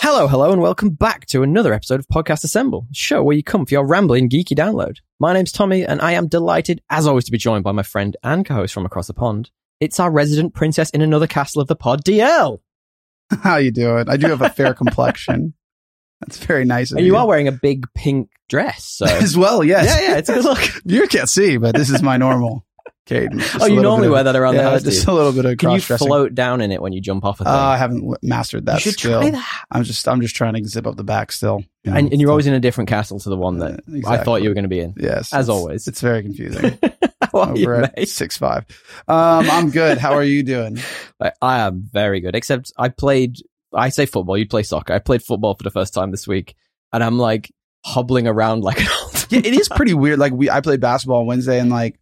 Hello, hello, and welcome back to another episode of Podcast Assemble, the show where you come for your rambling geeky download. My name's Tommy, and I am delighted, as always, to be joined by my friend and co-host from across the pond. It's our resident princess in another castle of the pod, DL. How you doing? I do have a fair complexion. That's very nice. Of And you are wearing a big pink dress, so yeah, as well. Yes. yeah, it's a good look. You can't see, but this is my normal cadence. Just oh, a you little normally bit of- wear that around the yeah, house. do you? just a little bit of Can you cross-dressing. float down in it when you jump off a Uh, thing? I haven't w- mastered that you should skill. try that. I'm just I'm just trying to zip up the back still. you know, And, and you're so- always in a different castle to the one that Uh, I thought exactly. you were going to be in. Yes, as it's- always. It's very confusing. How are you, Over at mate? six five. Um, I'm good. How are you doing? I, I am very good, except I played, I say football, you play soccer. I played football for the first time this week and I'm like hobbling around like an old. yeah, it is pretty weird. Like we, I played basketball on Wednesday, and like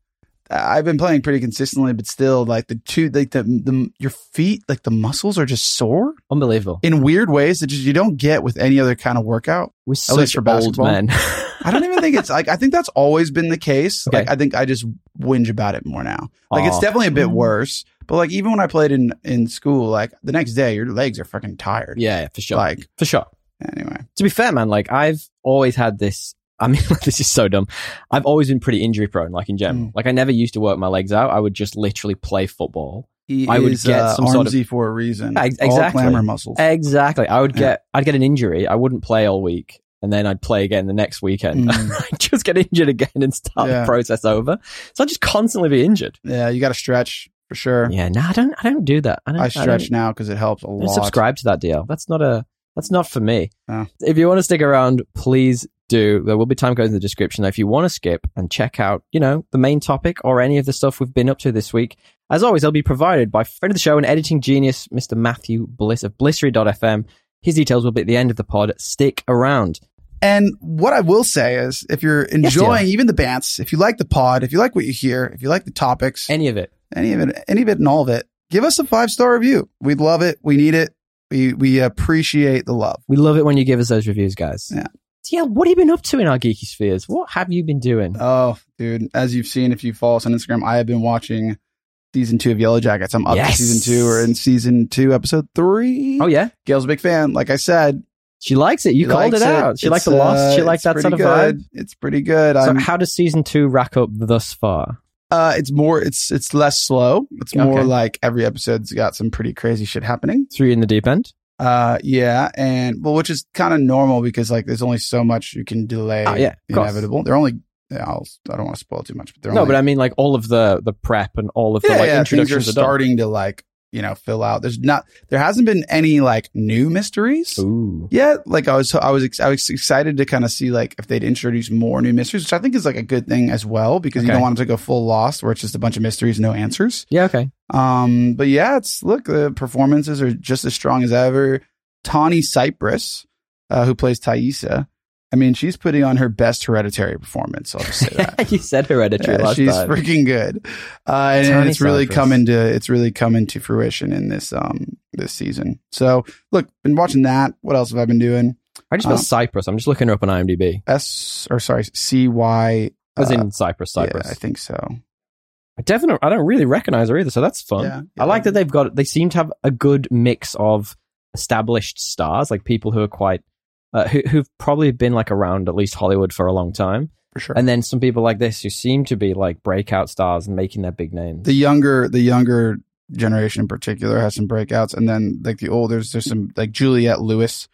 I've been playing pretty consistently, but still, like the two, like the, the your feet, like the muscles are just sore Unbelievable. in weird ways that just you don't get with any other kind of workout. We're least such for old basketball. men. I don't even think it's like I think that's always been the case. Okay. Like I think I just whinge about it more now. Like it's Aw. definitely a bit Mm. worse, but like even when I played in in school, like the next day your legs are fucking tired. Yeah, yeah, for sure. Like for sure. anyway, To be fair, man, like I've always had this. I mean, this is so dumb. I've always been pretty injury prone, like in general. Mm. Like I never used to work my legs out. I would just literally play football. he I would is, get uh, some armsy sort of- for a reason. Yeah, ex- All exactly. clamor muscles. Exactly. I would Yeah. get I'd get an injury. I wouldn't play all week, and then I'd play again the next weekend. Mm. I'd just get injured again and start Yeah. the process over. So I'd just constantly be injured. Yeah, you got to stretch for sure. Yeah. No, I don't. I don't do that. I don't. I I stretch don't, now because it helps a I don't lot. subscribe to that deal. That's not a. That's not for me. Oh. If you want to stick around, please do. There will be time going in the description. If you want to skip and check out, you know, the main topic or any of the stuff we've been up to this week, as always, they'll be provided by friend of the show and editing genius, Mr. Matthew Bliss of Blissery.fm. His details will be at the end of the pod. Stick around. And what I will say is, if you're enjoying even the bants, if you like the pod, if you like what you hear, if you like the topics, Any of it. any of it, any of it, and all of it, give us a five star review. We love it. We need it. We we appreciate the love. We love it when you give us those reviews, guys. Yeah. TL, what have you been up to in our geeky spheres? What have you been doing? Oh, dude! As you've seen, if you follow us on Instagram, I have been watching season two of Yellow Jackets. I'm up Yes. to season two, or in season two, episode three. oh, yeah. Gail's a big fan. Like I said, She likes it. You she called it likes out. She likes It's, the loss. uh, She likes it's that pretty sort of good. vibe. It's pretty good. So, I'm- how does season two rack up thus far? Uh, it's more. It's it's less slow. It's Okay. more like every episode's got some pretty crazy shit happening. Three in the deep end? Uh, yeah, and well, which is kind of normal because like there's only so much you can delay. Oh, yeah, the of course. inevitable. They're only. Yeah, I'll, I don't want to spoil too much, but they're No, only, but I mean, like all of the the prep and all of the yeah, like yeah, things are introductions are starting to like you know fill out. There's not. There hasn't been any like new mysteries. done. Ooh, Yeah, like I was, I was, ex- I was excited to kind of see like if they'd introduce more new mysteries, which I think is like a good thing as well because you Okay. don't want them to go full lost where it's just a bunch of mysteries, no answers. yeah, okay. Um, but yeah, it's look, the performances are just as strong as ever. Tawny Cypress, uh, who plays Thaisa, I mean, she's putting on her best hereditary performance. I'll just say that. you said hereditary Yeah, last she's time. freaking good, uh, and, Tawny it's really Cypress. coming to it's really coming to fruition in this um this season. So look, been watching that. What else have I been doing? I just spelled um, Cyprus. I'm just looking her up on IMDb. S or sorry, C Y. As uh, in Cyprus, Cyprus. Yeah, I think so. I definitely, I don't really recognize her either. So that's fun. Yeah, I like yeah. that they've got. They seem to have a good mix of established stars, like people who are quite, uh, who, who've probably been like around at least Hollywood for a long time, for sure. and then some people like this who seem to be like breakout stars and making their big names. the younger the younger generation in particular has some breakouts and then like the older there's, there's some like juliette lewis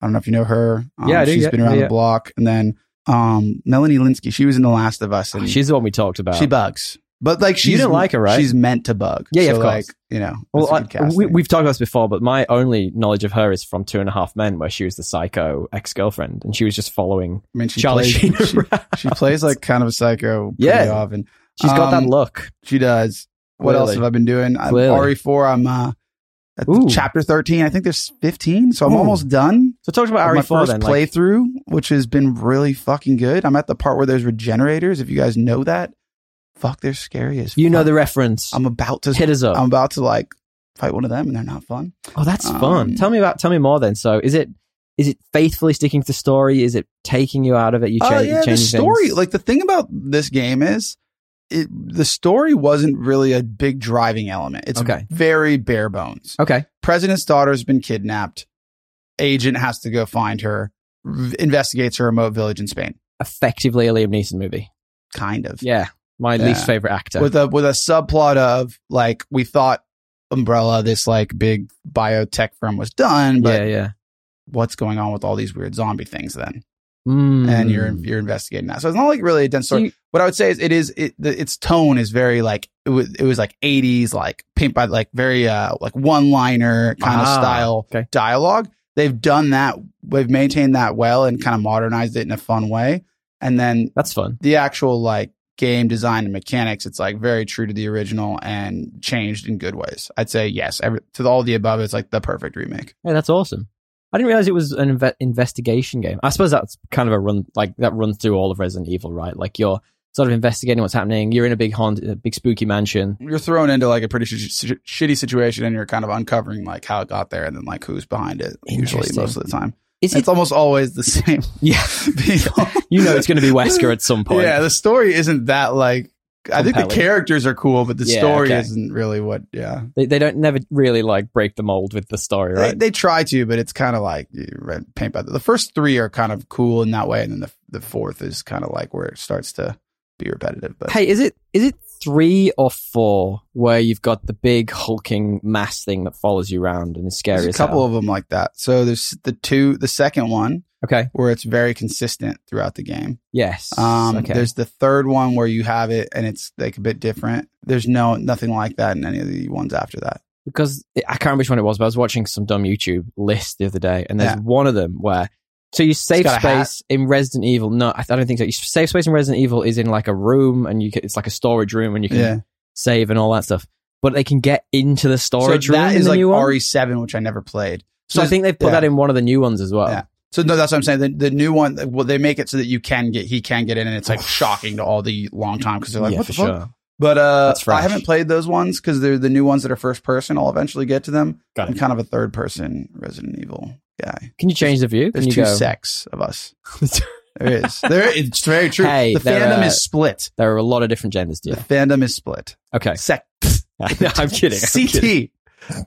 i don't know if you know her um, Yeah, I do, she's yeah, been around yeah, yeah. the block and then um melanie linsky she was in the last of us and she's the one we talked about. she bugs but like she's You didn't like her, right? she's meant to bug Yeah, yeah, So, of course. like you know Well, that's a good I, we, casting. we've talked about this before, but my only knowledge of her is from Two and a Half Men, where she was the psycho ex girlfriend, and she was just following i mean she Charlie plays, Sheen. she, around. she plays like kind of a psycho pretty Yeah. often She's got that um, look. she does what else Clearly. have i been doing i'm Clearly. re4 i'm uh at the Ooh. chapter 13 i think there's 15 so i'm Ooh. almost done So talk about of my Ari Four first then. like- playthrough, which has been really fucking good. I'm at the part where there's regenerators. If you guys know that, fuck, they're scary as you know fuck. the reference. I'm about to. Hit us up. I'm about to like fight one of them, and they're not fun. oh, that's um, fun. Tell me about. Tell me more then. So is it is it faithfully sticking to the story? Is it taking you out of it? You change. Oh you yeah, the change story. Things? Like the thing about this game is, it the story wasn't really a big driving element. It's Okay. very bare bones. okay. President's daughter has been kidnapped. agent has to go find her, r- investigates her remote village in Spain. Effectively a Liam Neeson movie. Kind of. Yeah. My Yeah. least favorite actor. With a with a subplot of like we thought Umbrella, this like big biotech firm was done, but yeah, yeah. what's going on with all these weird zombie things then? Mm. And you're you're investigating that. So it's not like really a dense story. You- what I would say is it is it, the, its tone is very like it was it was like 80s like paint by like very uh like one liner kind of Ah, style okay. dialogue. They've done that. They've maintained that well and kind of modernized it in a fun way. And then That's fun. the actual like game design and mechanics, it's like very true to the original and changed in good ways. I'd say yes. Every, to all the above, it's like the perfect remake. Yeah, that's awesome. I didn't realize it was an inve- investigation game. I suppose that's kind of a run, like that runs through all of Resident Evil, right? Like you're sort of investigating what's happening. You're in a big haunt, a big spooky mansion. You're thrown into like a pretty sh- sh- shitty situation and you're kind of uncovering like how it got there and then like who's behind it. Usually, Interesting. most of the time. Is it's it? almost always the same Yeah, people. you know it's going to be Wesker at some point. yeah, the story isn't that like. I think the Compelling. characters are cool, but the Yeah, story okay. isn't really what. Yeah, They, they don't never really like break the mold with the story, they, right? they try to, but it's kind of like you read paint by the, the first three are kind of cool in that way, and then the the fourth is kind of like where it starts to be repetitive. But hey, is it is it three or four where you've got the big hulking mass thing that follows you around and is scary? there's a as couple hell? of them like that. So there's the two, the second one okay, where it's very consistent throughout the game. yes, Um, okay, There's the third one where you have it and it's like a bit different. There's no nothing like that in any of the ones after that. because I can't remember which one it was, but I was watching some dumb YouTube list the other day, and there's Yeah. one of them where so you save got a hat. space in Resident Evil. No, I, I don't think so. You save space in Resident Evil is in like a room, and you can, it's like a storage room, and you can yeah, save and all that stuff. But they can get into the so storage room. that in is the like new one. RE7, which I never played. So I think they've put yeah. that in one of the new ones as well. Yeah. So no, that's what I'm saying. The, the new one, well, they make it so that you can get, he can get in, and it's like shocking to all the long time because they're like, Yeah, what for the fuck? sure. But uh, That's fresh. I haven't played those ones because they're the new ones that are first person. I'll eventually get to them. Got I'm kind of a third person Resident Evil guy. Can you change the view? There's can you two go? sects of us. There is. There, it's very true. Hey, uh, the there fandom are- is split. There are a lot of different genders, dear. The fandom is split. Okay, Sect. No, I'm kidding. I'm kidding. CT.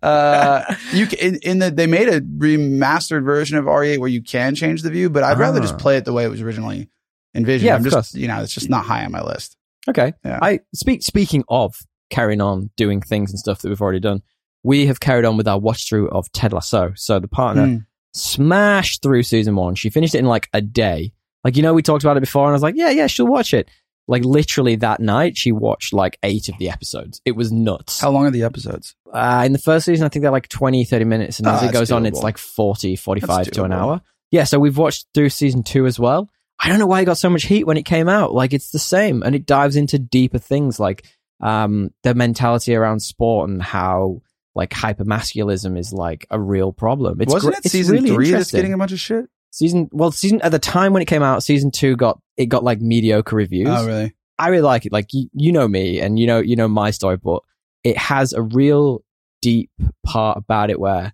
Uh, you can, in, in the they made a remastered version of RE8 where you can change the view, but I'd rather just Ah. play it the way it was originally envisioned. Yeah, I'm of just course. you know it's just not high on my list. Okay. Yeah. I speak speaking of carrying on doing things and stuff that we've already done, we have carried on with our watch through of Ted Lasso. So the partner Mm. smashed through season one. She finished it in like a day. Like you know, we talked about it before, and I was like, yeah, yeah, she'll watch it. Like literally that night, she watched like eight of the episodes. It was nuts. How long are the episodes? Uh, in the first season, I think they're like 20, 30 minutes. And Ah, as it that's goes on, it's doable. like 40, 45 That's to an doable. hour. Yeah, so we've watched through season two as well. I don't know why it got so much heat when it came out. Like, it's the same. And it dives into deeper things like um, the mentality around sport and how like hypermasculism is like a real problem. It's Wasn't gr- it it's season really three that's interesting. getting a bunch of shit? season, well, season at the time when it came out, season two got, it got like mediocre reviews. Oh really? I really like it. Like you, you know me, and you know you know my story, but it has a real deep part about it where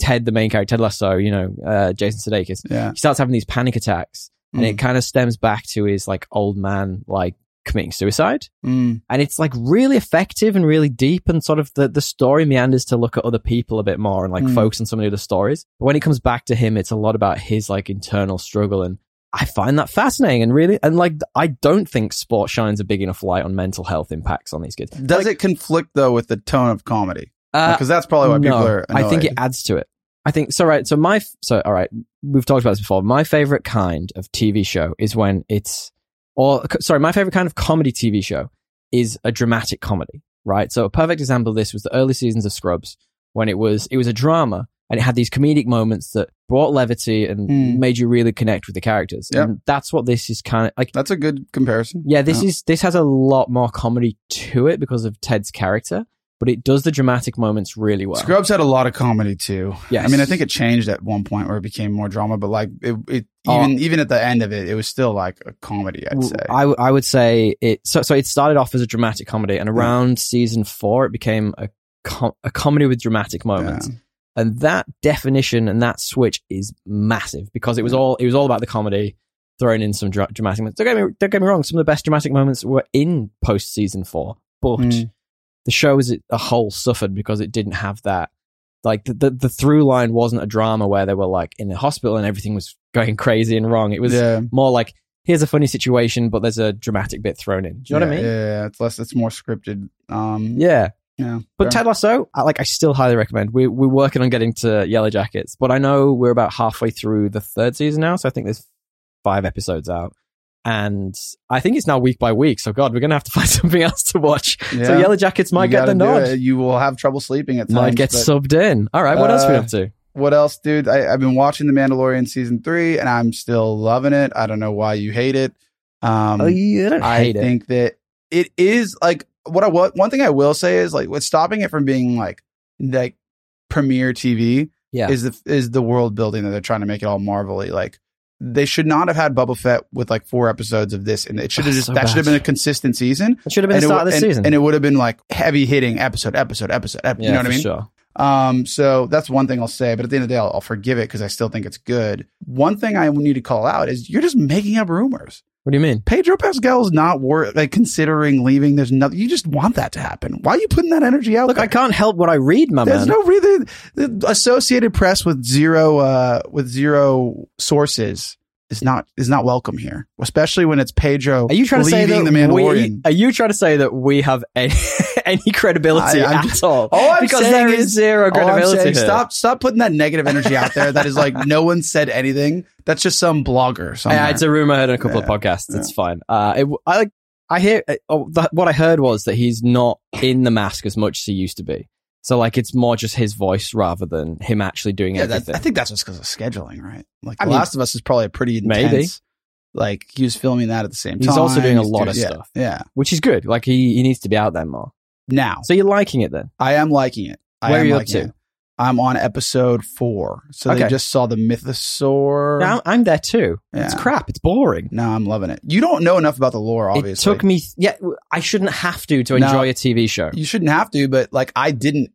Ted, the main character, Ted Lasso, you know uh, Jason Sudeikis, Yeah. he starts having these panic attacks, and Mm. it kind of stems back to his like old man like committing suicide, Mm. and it's like really effective and really deep, and sort of the the story meanders to look at other people a bit more and like Mm. focus on some of the other stories. But when it comes back to him, it's a lot about his like internal struggle and I find that fascinating and really, and like, I don't think sport shines a big enough light on mental health impacts on these kids. Uh, Does it conflict though with the tone of comedy? Because that's probably why people are. Annoyed. I think it adds to it. I think so. Right. So my f- so all right. We've talked about this before. My favorite kind of TV show is when it's or c- sorry, my favorite kind of comedy TV show is a dramatic comedy. Right. So a perfect example of this was the early seasons of Scrubs when it was it was a drama and it had these comedic moments that brought levity and Hmm. made you really connect with the characters. Yep. And that's what this is kind of like. that's a good comparison. Yeah, this is this has a lot more comedy to it because of Ted's character, but it does the dramatic moments really well. Scrubs had a lot of comedy too. Yes. I mean, I think it changed at one point where it became more drama, but like it, it Oh. even even at the end of it, it was still like a comedy. I'd W- say. I, w- I would say it. So, so it started off as a dramatic comedy, and around season four, it became a com- a comedy with dramatic moments. Yeah. And that definition and that switch is massive because it was all it was all about the comedy, throwing in some dra- dramatic moments. Don't get me don't get me wrong. Some of the best dramatic moments were in post season four, but Mm. the show as a whole suffered because it didn't have that like the, the, the through line wasn't a drama where they were like in the hospital and everything was going crazy and wrong. It was yeah, more like here's a funny situation, but there's a dramatic bit thrown in. Do you know yeah, what I mean? Yeah, yeah, it's less, it's more scripted. Um, yeah, Yeah. yeah. But fair. Ted Lasso, I, like I still highly recommend. We, we're working on getting to Yellow Jackets, but I know we're about halfway through the third season now, so I think there's five episodes out, and I think it's now week by week. So God, we're gonna have to find something else to watch. So Yeah. Yellow Jackets might You get the gotta nod, do it. You will have trouble sleeping at times. might get but- subbed in. All right, what else we Uh, up to? what else, dude? I, I've been watching The Mandalorian season three, and I'm still loving it. I don't know why you hate it. Um, oh, you don't I hate it. think that it is like what I what one thing I will say is like what's stopping it from being like like premiere TV Yeah. is the is the world building that they're trying to make it all marvelly like they should not have had Bubble Fett with like four episodes of this and it should have Oh, just so that should have bad. been a consistent season It should have been and the it, start w- of the and, season. and it would have been like heavy hitting episode episode episode episode yeah, you know what for I mean Sure. um, so that's one thing I'll say, but at the end of the day, I'll, I'll forgive it because I still think it's good. One thing I need to call out is you're just making up rumors. What do you mean? Pedro Pascal is not worth like considering leaving. There's nothing. You just want that to happen. Why are you putting that energy out? Look, there? I can't help what I read, my There's Oh, man. no really the Associated Press with zero uh with zero sources is not is not welcome here, especially when it's Pedro. are you trying to say that leaving the Mandalorian? we? Are you trying to say that we have any, any credibility I- I'm at just- all? All I'm because saying there is is- zero All I'm credibility. saying, here. stop stop putting that negative energy out there. That is like no one said anything. That's just some blogger. Somewhere. Yeah, it's a rumor I heard in a couple of podcasts. It's fine. Uh, it, I like. I hear uh, oh, the, what I heard was that he's not in the mask as much as he used to be. So like, it's more just his voice rather than him actually doing yeah, that, everything. I think that's just because of scheduling, right? Like I The mean- Last of Us is probably a pretty intense. Maybe. Like he was filming that at the same time. He's also doing a lot of yeah, stuff. Yeah. which is good. Like he, he needs to be out there more. Now So you're liking it then? I am liking it. I Where am are you up liking to? it. I'm on episode four, so they Okay. just saw the Mythosaur. Yeah, I'm, I'm there too. It's Um, Yeah. crap. It's boring. no, I'm loving it. You don't know enough about the lore, obviously. It took me. Yeah, I shouldn't have to to No. enjoy a TV show. you shouldn't have to, but like I didn't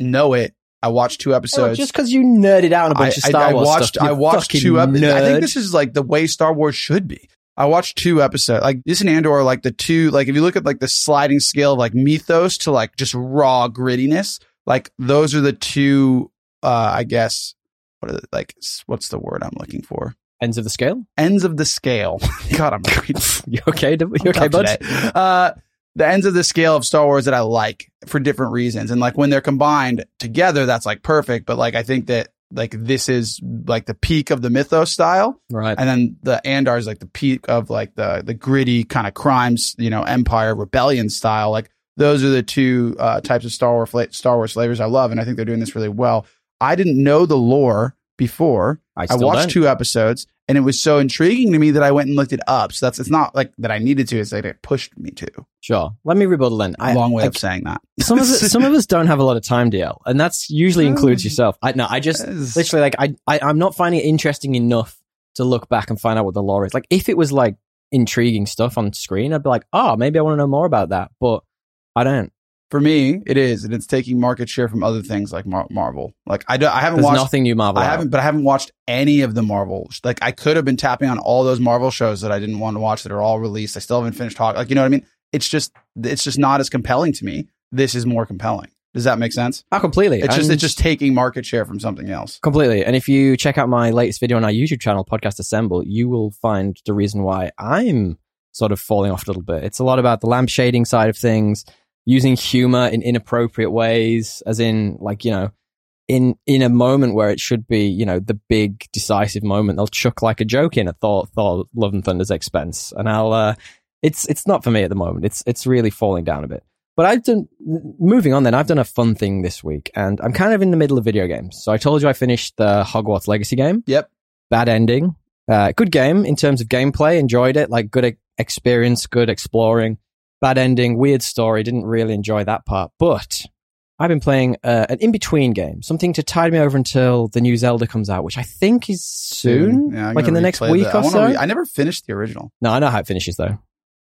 know it. I watched two So episodes. just because you nerded out on a bunch of Star Wars watched, stuff, you I watched fucking two episodes. I nerd. think this is like the way Star Wars should be. I watched two episodes. Like this and Andor are like the two. Like if you look at like the sliding scale of like mythos to like just raw grittiness, like those are the two. uh I guess what are the, like s- what's the word I'm looking for? ends of the scale. Ends of the scale. God, I'm great. You okay? You I'm okay, tough bud? today. Uh, the ends of the scale of Star Wars that I like for different reasons, and like when they're combined together, that's like perfect. But like I think that like this is like the peak of the mythos style, Right. and then the Andar is like the peak of like the the gritty kind of crimes, you know, Empire rebellion style. Like those are the two uh, types of Star Wars fla- Star Wars flavors I love, and I think they're doing this really well. I didn't know the lore before, I, still watched don't. two episodes and it was so intriguing to me that I went and looked it up. So that's it's not like that I needed to, it's that it pushed me to. Sure. Let me rebuild then. I, Long way I- of saying that. some of us, some of us don't have a lot of time, DL, and that's usually includes Um, yourself. I no, I just literally like I, I I'm not finding it interesting enough to look back and find out what the lore is. Like if it was like intriguing stuff on screen, I'd be like, oh, maybe I want to know more about that, but I don't. For me, it is, and it's taking market share from other things like Mar- Marvel. Like I, do, I haven't There's watched, nothing new Marvel. I out. haven't, but I haven't watched any of the Marvel. Like I could have been tapping on all those Marvel shows that I didn't want to watch that are all released. I still haven't finished talking. Like you know what I mean? It's just, it's just not as compelling to me. This is more compelling. Does that make sense? Oh, completely. It's just, And- it's just taking market share from something else. Completely. And if you check out my latest video on our YouTube channel, Podcast Assemble, you will find the reason why I'm sort of falling off a little bit. It's a lot about the lampshading side of things, using humor in inappropriate ways, as in, like, you know, in in a moment where it should be, you know, the big decisive moment, they'll chuck like a joke in at Thor, Thor Love and Thunder's expense, and I'll. Uh, it's it's not for me at the moment. It's it's really falling down a bit. But I've done moving on. Then I've done a fun thing this week, and I'm kind of in the middle of video games. So I told you I finished the Hogwarts Legacy game. Yep. Bad ending. Uh, good game in terms of gameplay. Enjoyed it. Like good e- experience. Good exploring. Bad ending. Weird story. Didn't really enjoy that part. But I've been playing uh, an in between game, something to tide me over until the new Zelda comes out, which I think is soon, Yeah, I'm like in gonna the next replay week that. I or wanna so. re- I never finished the original. no, I know how it finishes though.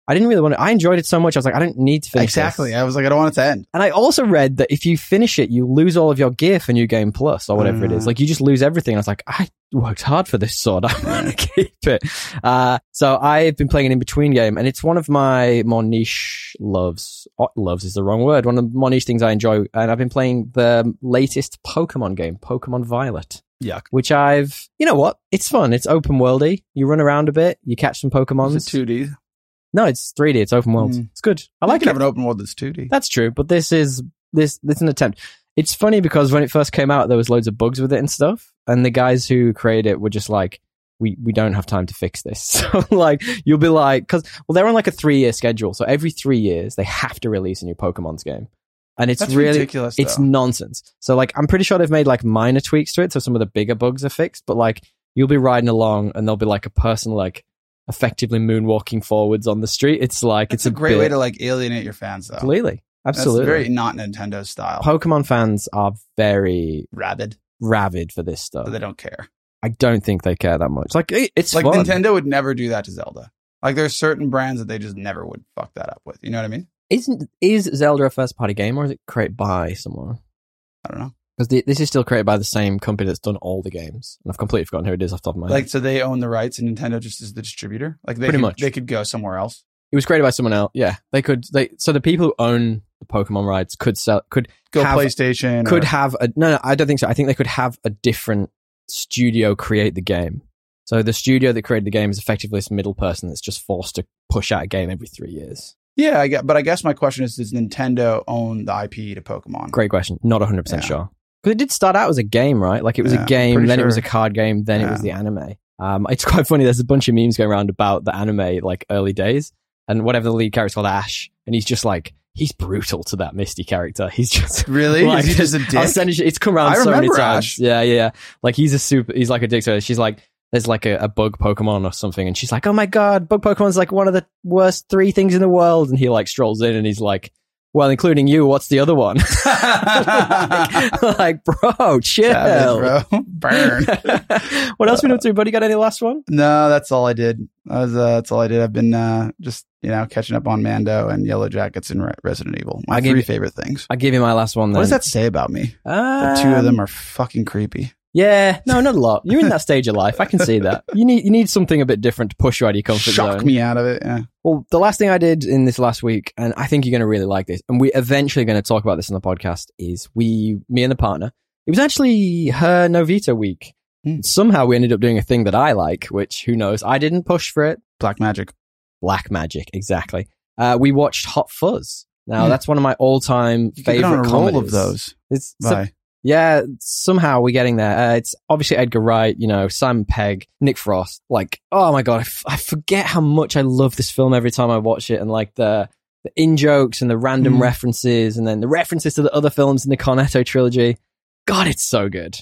I didn't really want to. I enjoyed it so much. I was like, I don't need to finish this. exactly. I was like, I don't want it to end. And I also read that if you finish it, you lose all of your gear for New Game Plus or whatever it is. Ah. Like you just lose everything. I was like, I worked hard for this sword. I want to keep it. Uh, so I've been playing an in between game, and it's one of my more niche loves. oh, Loves is the wrong word. One of the more niche things I enjoy, and I've been playing the latest Pokemon game, Pokemon Violet Yuck. which I've, you know what? It's fun. It's open worldy. You run around a bit. You catch some Pokemon. It's 2D. no, it's 3D. It's open world. Mm. It's good. I I like like it. to have an open world that's 2D. That's true. But this is this this is an attempt. It's funny because when it first came out, there was loads of bugs with it and stuff, and the guys who created it were just like, "We we don't have time to fix this." So like, you'll be like, because well, they're on like a three year schedule, so every three years they have to release a new Pokemon's game, and it's That's really ridiculous. it's though. nonsense. So like I'm pretty sure they've made like minor tweaks to it, so some of the bigger bugs are fixed. But like you'll be riding along and there'll be like a person like effectively moonwalking forwards on the street. It's like That's it's a great bit- way to like alienate your fans though. completely That's absolutely. very not Nintendo style. Pokemon fans are very Rabid. rabid for this stuff. But they don't care. I don't think they care that much. Like it- it's Like fun. Nintendo would never do that to Zelda. Like there's certain brands that they just never would fuck that up with. You know what I mean? Isn't is Zelda a first party game or is it created by someone? I don't know. Because this is still created by the same company that's done all the games, and I've completely forgotten who it is off the top of my head. Like so they own the rights and Nintendo just is the distributor. Like they Pretty could, much. they could go somewhere else. it was created by someone else. Yeah, they could. They so the people who own the Pokemon rights could sell. Could Go Have- PlayStation. could or- have a no, no. I don't think so. I think they could have a different studio create the game. So the studio that created the game is effectively this middle person that's just forced to push out a game every three years. yeah, I get, but I guess my question is: Does Nintendo own the IP to Pokemon? Great question. Not 100 percent Yeah. sure because it did start out as a game, right? Like it was Yeah, a game, pretty then it was a sure. card game, then it was the Yeah. anime. Um, it's quite funny. There's a bunch of memes going around about the anime like early days and whatever the lead character's called Ash, and he's just like he's brutal to that Misty character. He's just Really? Like, is he just a I'll dick? send you- It's come around I so many remember times. Ash. Yeah, yeah, yeah. Like he's a super. He's like a dick to her. She's like, there's like a, a bug Pokemon or something, and she's like, oh my god, bug Pokemon's like one of the worst three things in the world. And he like strolls in and he's like, well, including you, what's the other one? like, like, bro, chill. Savage, bro. Burn. what else we been up to, buddy? Got any last one? No, that's all I did. I was, uh, that's all I did. I've been uh, just you know catching up on Mando and Yellow Jackets and Re- Resident Evil. My I gave three you- favorite things. I'll give you my last one. Then. What does that say about me? The two Um, of them are fucking creepy. Yeah, no, not a lot. You're in that stage of life. I can see that. You need you need something a bit different to push you out of your comfort Shocked zone. me out of it. Yeah. Well, the last thing I did in this last week, and I think you're going to really like this, and we're eventually going to talk about this on the podcast, is we, me and a partner, it was actually her Novita week. Hmm. Somehow we ended up doing a thing that I like, which who knows? I didn't push for it. Black magic. Black magic, exactly. Uh, we watched Hot Fuzz. Now Hmm. that's one of my all-time You could get favorite on a comedies. roll of those. It's, it's a Bye. yeah, somehow we're getting there. Uh, it's obviously Edgar Wright, you know, Simon Pegg, Nick Frost. Like, oh my god, I, f- I forget how much I love this film every time I watch it, and like the the in jokes and the random Mm. references, and then the references to the other films in the Cornetto trilogy. God, it's so good.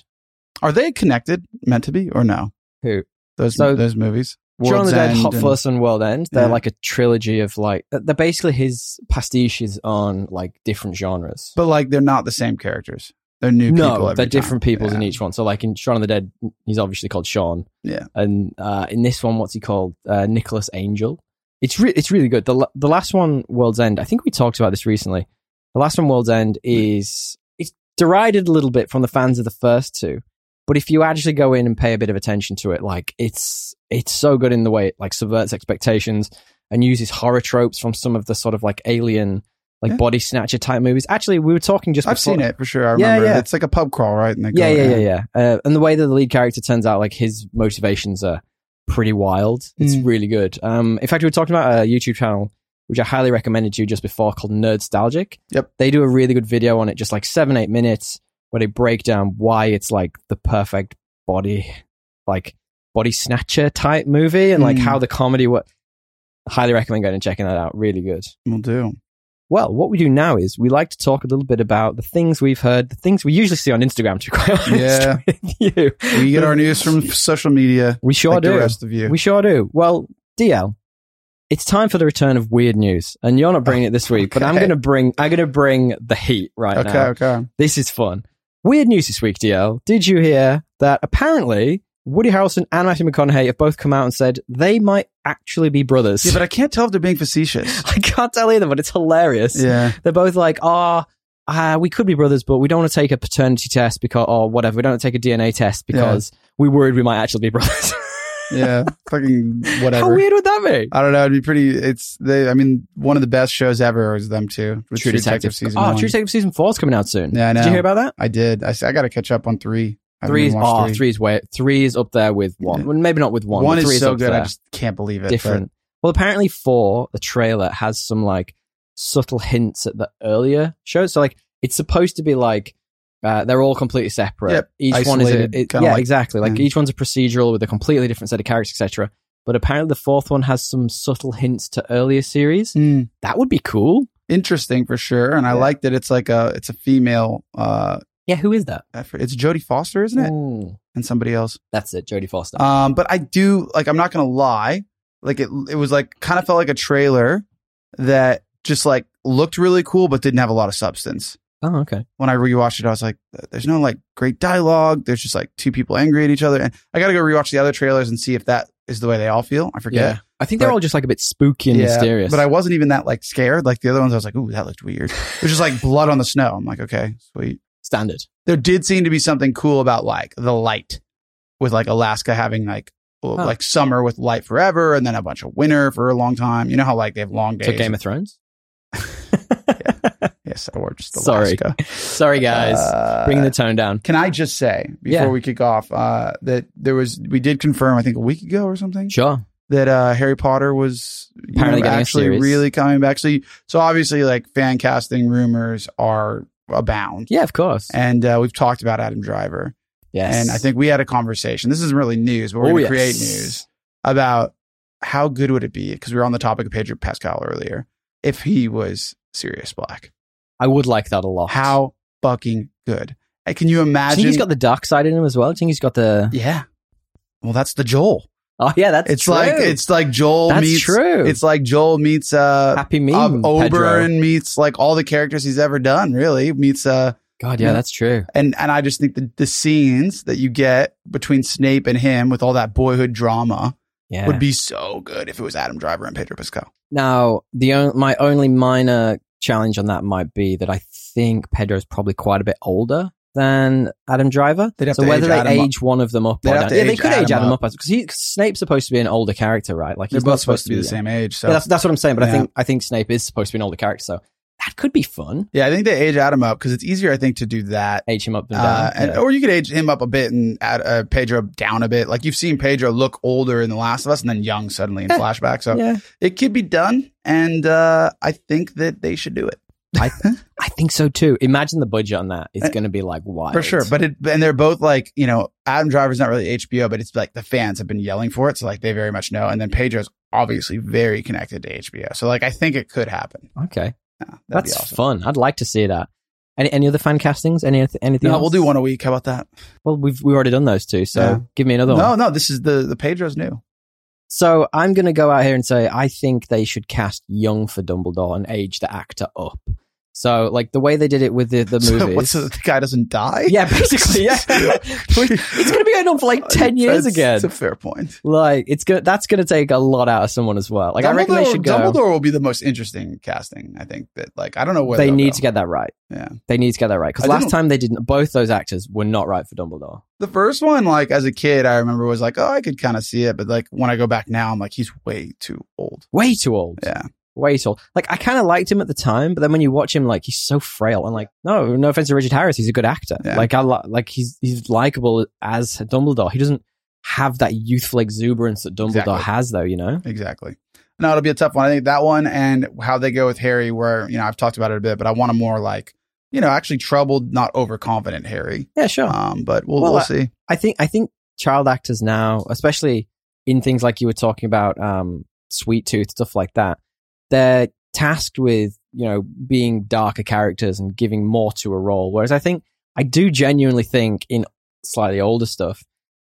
Are they connected? Meant to be or no? Who? Those So- those movies. Shaun of World's the Dead, End Hot and- Fuss, and World End. They're Yeah. like a trilogy of like they're basically his pastiches on like different genres. But like they're not the same characters. They're new no, people. every they're time. different peoples Yeah. in each one. So, like in Shaun of the Dead, he's obviously called Sean. Yeah. And uh, in this one, what's he called? Uh, Nicholas Angel. It's re- it's really good. The la- the last one, World's End. I think we talked about this recently. The last one, World's End, is it's derided a little bit from the fans of the first two, but if you actually go in and pay a bit of attention to it, like it's it's so good in the way it like subverts expectations and uses horror tropes from some of the sort of like alien. Like Yeah. body snatcher type movies. Actually, we were talking just. I've before- seen it for sure. I Yeah, remember. yeah. It's like a pub crawl, right? And they yeah, go yeah, in. yeah, yeah. Uh, and the way that the lead character turns out, like his motivations are pretty wild. It's Mm. really good. Um, in fact, we were talking about a YouTube channel which I highly recommended to you just before called Nerdstalgic. Yep. They do a really good video on it, just like seven, eight minutes, where they break down why it's like the perfect body, like body snatcher type movie, and like Mm. how the comedy. What highly recommend going and checking that out. Really good. Will do. Well, what we do now is we like to talk a little bit about the things we've heard, the things we usually see on Instagram, to be quite honest Yeah. with you. We get our news from social media. We sure like do. the rest of you. We sure do. Well, DL, it's time for the return of weird news. And you're not bringing it this week, but I'm Okay. going to bring I'm going to bring the heat right okay, now. okay. This is fun. Weird news this week, DL. Did you hear that apparently Woody Harrelson and Matthew McConaughey have both come out and said they might actually be brothers. Yeah, but I can't tell if they're being facetious. I can't tell either, but it's hilarious. yeah. They're both like, ah, uh, we could be brothers, but we don't want to take a paternity test because, or whatever, we don't want to take a DNA test because we worried we might actually be brothers. Yeah. Fucking whatever. How weird would that be? I don't know. It'd be pretty. It's they. I mean, one of the best shows ever is them too. with True Detective. season. oh, one. True Detective season four is coming out soon. Yeah, I Did you know. hear about that? I did. I, got to catch up on three. I haven't Three's even watched oh, three's way three's up there with one. Yeah. Well, maybe not with one. One, but three is so up good. There. I just can't believe it. but- different. Well, apparently four, the trailer has some like subtle hints at the earlier show. So like it's supposed to be like uh, they're all completely separate. Yep. Each one Isolated, is a, it, kinda yeah, like- exactly. Like yeah. each one's a procedural with a completely different set of characters, etc. But apparently the fourth one has some subtle hints to earlier series. Mm, That would be cool. interesting for sure. And I Yeah. like that it's like a it's a female. uh Yeah, who is that? effort. It's Jodie Foster, isn't it? Mm. And somebody else. That's it, Jodie Foster. Um, but I do like. I'm not gonna lie. Like it. It was like kind of felt like a trailer that just like looked really cool, but didn't have a lot of substance. oh, okay. when I rewatched it, I was like, there's no like great dialogue. There's just like two people angry at each other. And I got to go rewatch the other trailers and see if that is the way they all feel. I Yeah. forget. I think they're But- all just like a bit spooky and mysterious. But I wasn't even that like scared. Like the other ones, I was like, ooh, that looked weird. It was just like blood on the snow. I'm like, okay, sweet. standard. There did seem to be something cool about like the light with like Alaska having like, well, Huh. like summer with light forever and then a bunch of winter for a long time. You know how like they have long days. So Game of Thrones. yes, or just Sorry. Alaska. Sorry guys, Uh, bringing the tone down. Can I just say before Yeah. we kick off uh, that there was we did confirm I think a week ago or something Sure. that uh, Harry Potter was you Apparently know, getting a actually series. really coming back. So, you- so obviously like fan casting rumors are abound, Yeah, of course. and uh, we've talked about Adam Driver, yes. and I think we had a conversation. This isn't really news, but we're Oh, going to yes. create news about how good would it be because we were on the topic of Pedro Pascal earlier if he was Sirius Black. I would like that a lot. How fucking good! And can you Do you imagine? think he's got the dark side in him as well? Do you think he's got the? Yeah. Well, that's the Joel. Oh yeah, that's It's true. like it's like Joel that's meets true. it's like Joel meets uh happy meme. Ob- Pedro. Oberon meets like all the characters he's ever done, really. Meets uh God, yeah, Yeah. that's true. and and I just think the, the scenes that you get between Snape and him with all that boyhood drama Yeah. would be so good if it was Adam Driver and Pedro Pascal. now the on- my only minor challenge on that might be that I think Pedro's probably quite a bit older than Adam Driver. They'd have So to whether age they Adam up. age one of them up, They'd or have down- to yeah, they age could age Adam Adam up. up because Snape's supposed to be an older character, right? Like They're he's not both supposed to be the same age. So Yeah, that's, that's what I'm saying. But I Yeah. think I think Snape is supposed to be an older character, so that could be fun. yeah, I think they age Adam up because it's easier, I think, to do that Age him up and down. Uh, and, yeah. Or you could age him up a bit and add uh, Pedro down a bit. Like you've seen Pedro look older in The Last of Us and then young suddenly in Yeah. flashback. So yeah. it could be done. And uh, I think that they should do it I think so too. Imagine the budget on that. It's Uh, going to be like wild. for sure. But it, and they're both like, you know, Adam Driver's not really HBO, but it's like the fans have been yelling for it. So like they very much know. And then Pedro's obviously very connected to HBO. So like I think it could happen. okay, Yeah, that'd that's be awesome. fun. I'd like to see that. Any any other fan castings? Any anything? No, else? we'll do one a week. How about that? Well, we've we've already done those two, so Yeah. give me another No, one. no, this is the the Pedro's new. So I'm going to go out here and say I think they should cast young for Dumbledore and age the actor up. So like the way they did it with the the So, movies. what's the, the guy doesn't die? yeah, basically, yeah. it's going to be going on for like ten years That's- again. That's a fair point. Like it's going that's going to take a lot out of someone as well. Like I reckon they should go. Dumbledore will be the most interesting casting. I think that like I don't know where they they'll need go. to get that right. Yeah. They need to get that right because I last didn't- time they didn't. Both those actors were not right for Dumbledore. the first one. Like as a kid, I remember was like, oh, I could kind of see it, but like when I go back now, I'm like, he's way too old. Way too old. Yeah. Way too old. Like I kind of liked him at the time, but then when you watch him, like he's so frail. And like, no, no offense to Richard Harris, he's a good actor. Yeah. Like I li- like he's he's likable as Dumbledore. He doesn't have that youthful exuberance that Dumbledore Exactly. has, though. You know. Exactly. No, it'll be a tough one. I think that one and how they go with Harry, where you know I've talked about it a bit, but I want a more like you know actually troubled, not overconfident Harry. Yeah, sure. Um, but we'll Well, we'll I- see. I think I think child actors now, especially in things like you were talking about, um, Sweet Tooth stuff like that, they're tasked with you know being darker characters and giving more to a role. Whereas I think I do genuinely think in slightly older stuff,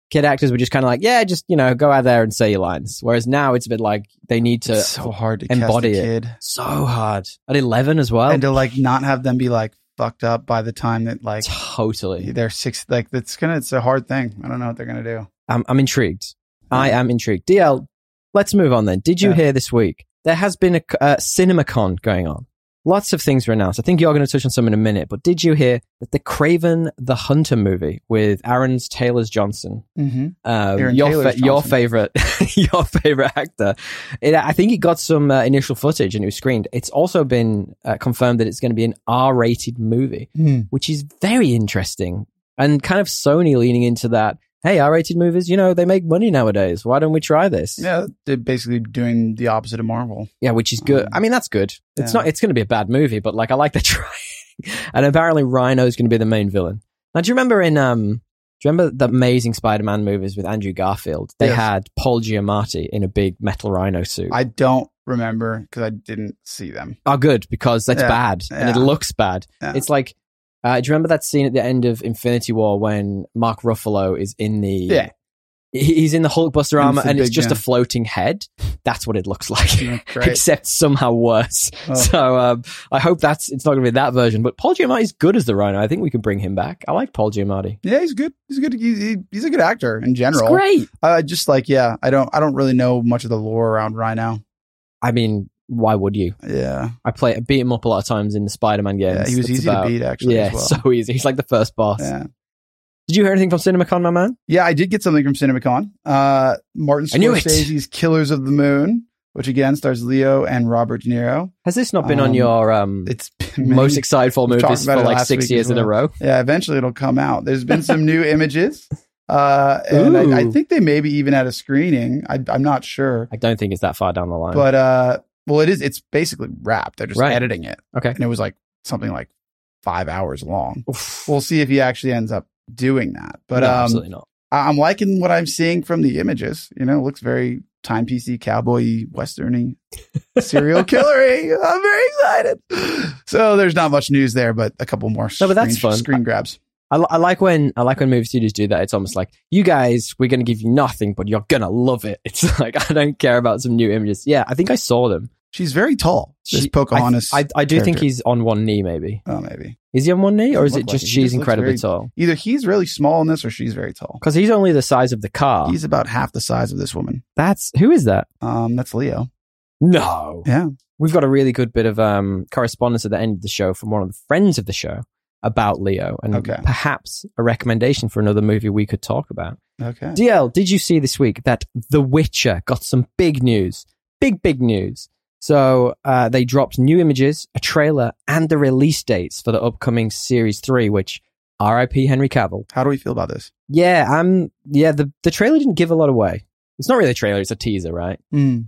kid actors were just kind of like, yeah, just you know go out there and say your lines. Whereas now it's a bit like they need to it's so hard to embody cast it. a kid so hard at eleven as well. and to like not have them be like fucked up by the time that like totally. they're six. Like that's gonna it's a hard thing. I don't know what they're gonna do. I'm, I'm intrigued. I am intrigued. DL, let's move on then. Did you Yeah. hear this week? There has been a c- uh, CinemaCon going on. Lots of things were announced. I think you're going to touch on some in a minute, but did you hear that the Craven the Hunter movie with Aaron Taylor Johnson, Mm-hmm. um, Aaron your Taylor fa- your Johnson. favorite your favorite actor, it, I think it got some uh, initial footage and it was screened. It's also been uh, confirmed that it's going to be an R-rated movie which is very interesting and kind of Sony leaning into that. Hey, R-rated movies, you know, they make money nowadays. Why don't we try this? Yeah, they're basically doing the opposite of Marvel. Yeah, which is good. I mean, that's good. It's Yeah. not. It's going to be a bad movie, but like, I like the trying. and apparently, Rhino is going to be the main villain. Now, do you remember in um, do you remember the Amazing Spider-Man movies with Andrew Garfield? They Yes. had Paul Giamatti in a big metal rhino suit. I don't remember because I didn't see them. oh, good because that's Yeah. bad and it Yeah. looks bad. Yeah. It's like. Uh, do you remember that scene at the end of Infinity War when Mark Ruffalo is in the Yeah. he- he's in the Hulkbuster And armor it's a and it's big just a guy. floating head. That's what it looks like, Great. except somehow worse. Oh. So um, I hope that's it's not going to be that version. But Paul Giamatti's good as the Rhino. I think we can bring him back. I like Paul Giamatti. Yeah, he's good. He's good. He's, he- he's a good actor in It's general. great. I I just like yeah. I don't. I don't really know much of the lore around Rhino. I mean, why would you? Yeah, I play I beat him up a lot of times in the Spider-Man games. yeah. He was That's easy about- to beat actually. yeah, as well. so easy. He's like the first boss. yeah. Did you hear anything from CinemaCon, my man? Yeah, I did get something from CinemaCon. Uh, Martin I knew it. Scorsese's Killers of the Moon, which again stars Leo and Robert De Niro. Has this not been on Um, your um, It's been many- most excited for We've talked movies about for it like last six week as years in a well. row? Yeah, eventually it'll come out. There's been some new images. Uh, and I, I Ooh. think they maybe even had a screening. I, I'm not sure, I don't think it's that far down the line. but uh, well, it is. It's basically wrapped. They're just Right. editing it, okay. and it was like something like five hours long. Oof. We'll see if he actually ends up doing that. But No, um, absolutely not. I- I'm liking what I'm seeing from the images. You know, it looks very timepiecey, cowboy, westerny, serial killery. I'm very excited. So there's not much news there, but a couple more. No, but that's screen, fun. Screen grabs. I, li- I like when I like when movie studios do that. It's almost like you guys, we're gonna give you nothing, but you're gonna love it. It's like I don't care about some new images. Yeah, I think I saw them. She's very tall. This She- Pocahontas. I, I, I do think character. he's on one knee. Maybe oh, maybe is he on one knee, or is Doesn't it look just like it. He she's just looks incredibly very- tall? either he's really small in this or she's very tall. Because he's only the size of the car. He's about half the size of this woman. That's who is that? Um, that's Leo. No, Yeah. we've got a really good bit of um, correspondence at the end of the show from one of the friends of the show about Leo, and Okay. perhaps a recommendation for another movie we could talk about. Okay. DL, did you see this week that The Witcher got some big news? Big, big news. So uh, they dropped new images, a trailer, and the release dates for the upcoming series three, which RIP Henry Cavill. How do we feel about this? Yeah, um, yeah, the, the trailer didn't give a lot away. It's not really a trailer, it's a teaser, right? Hmm.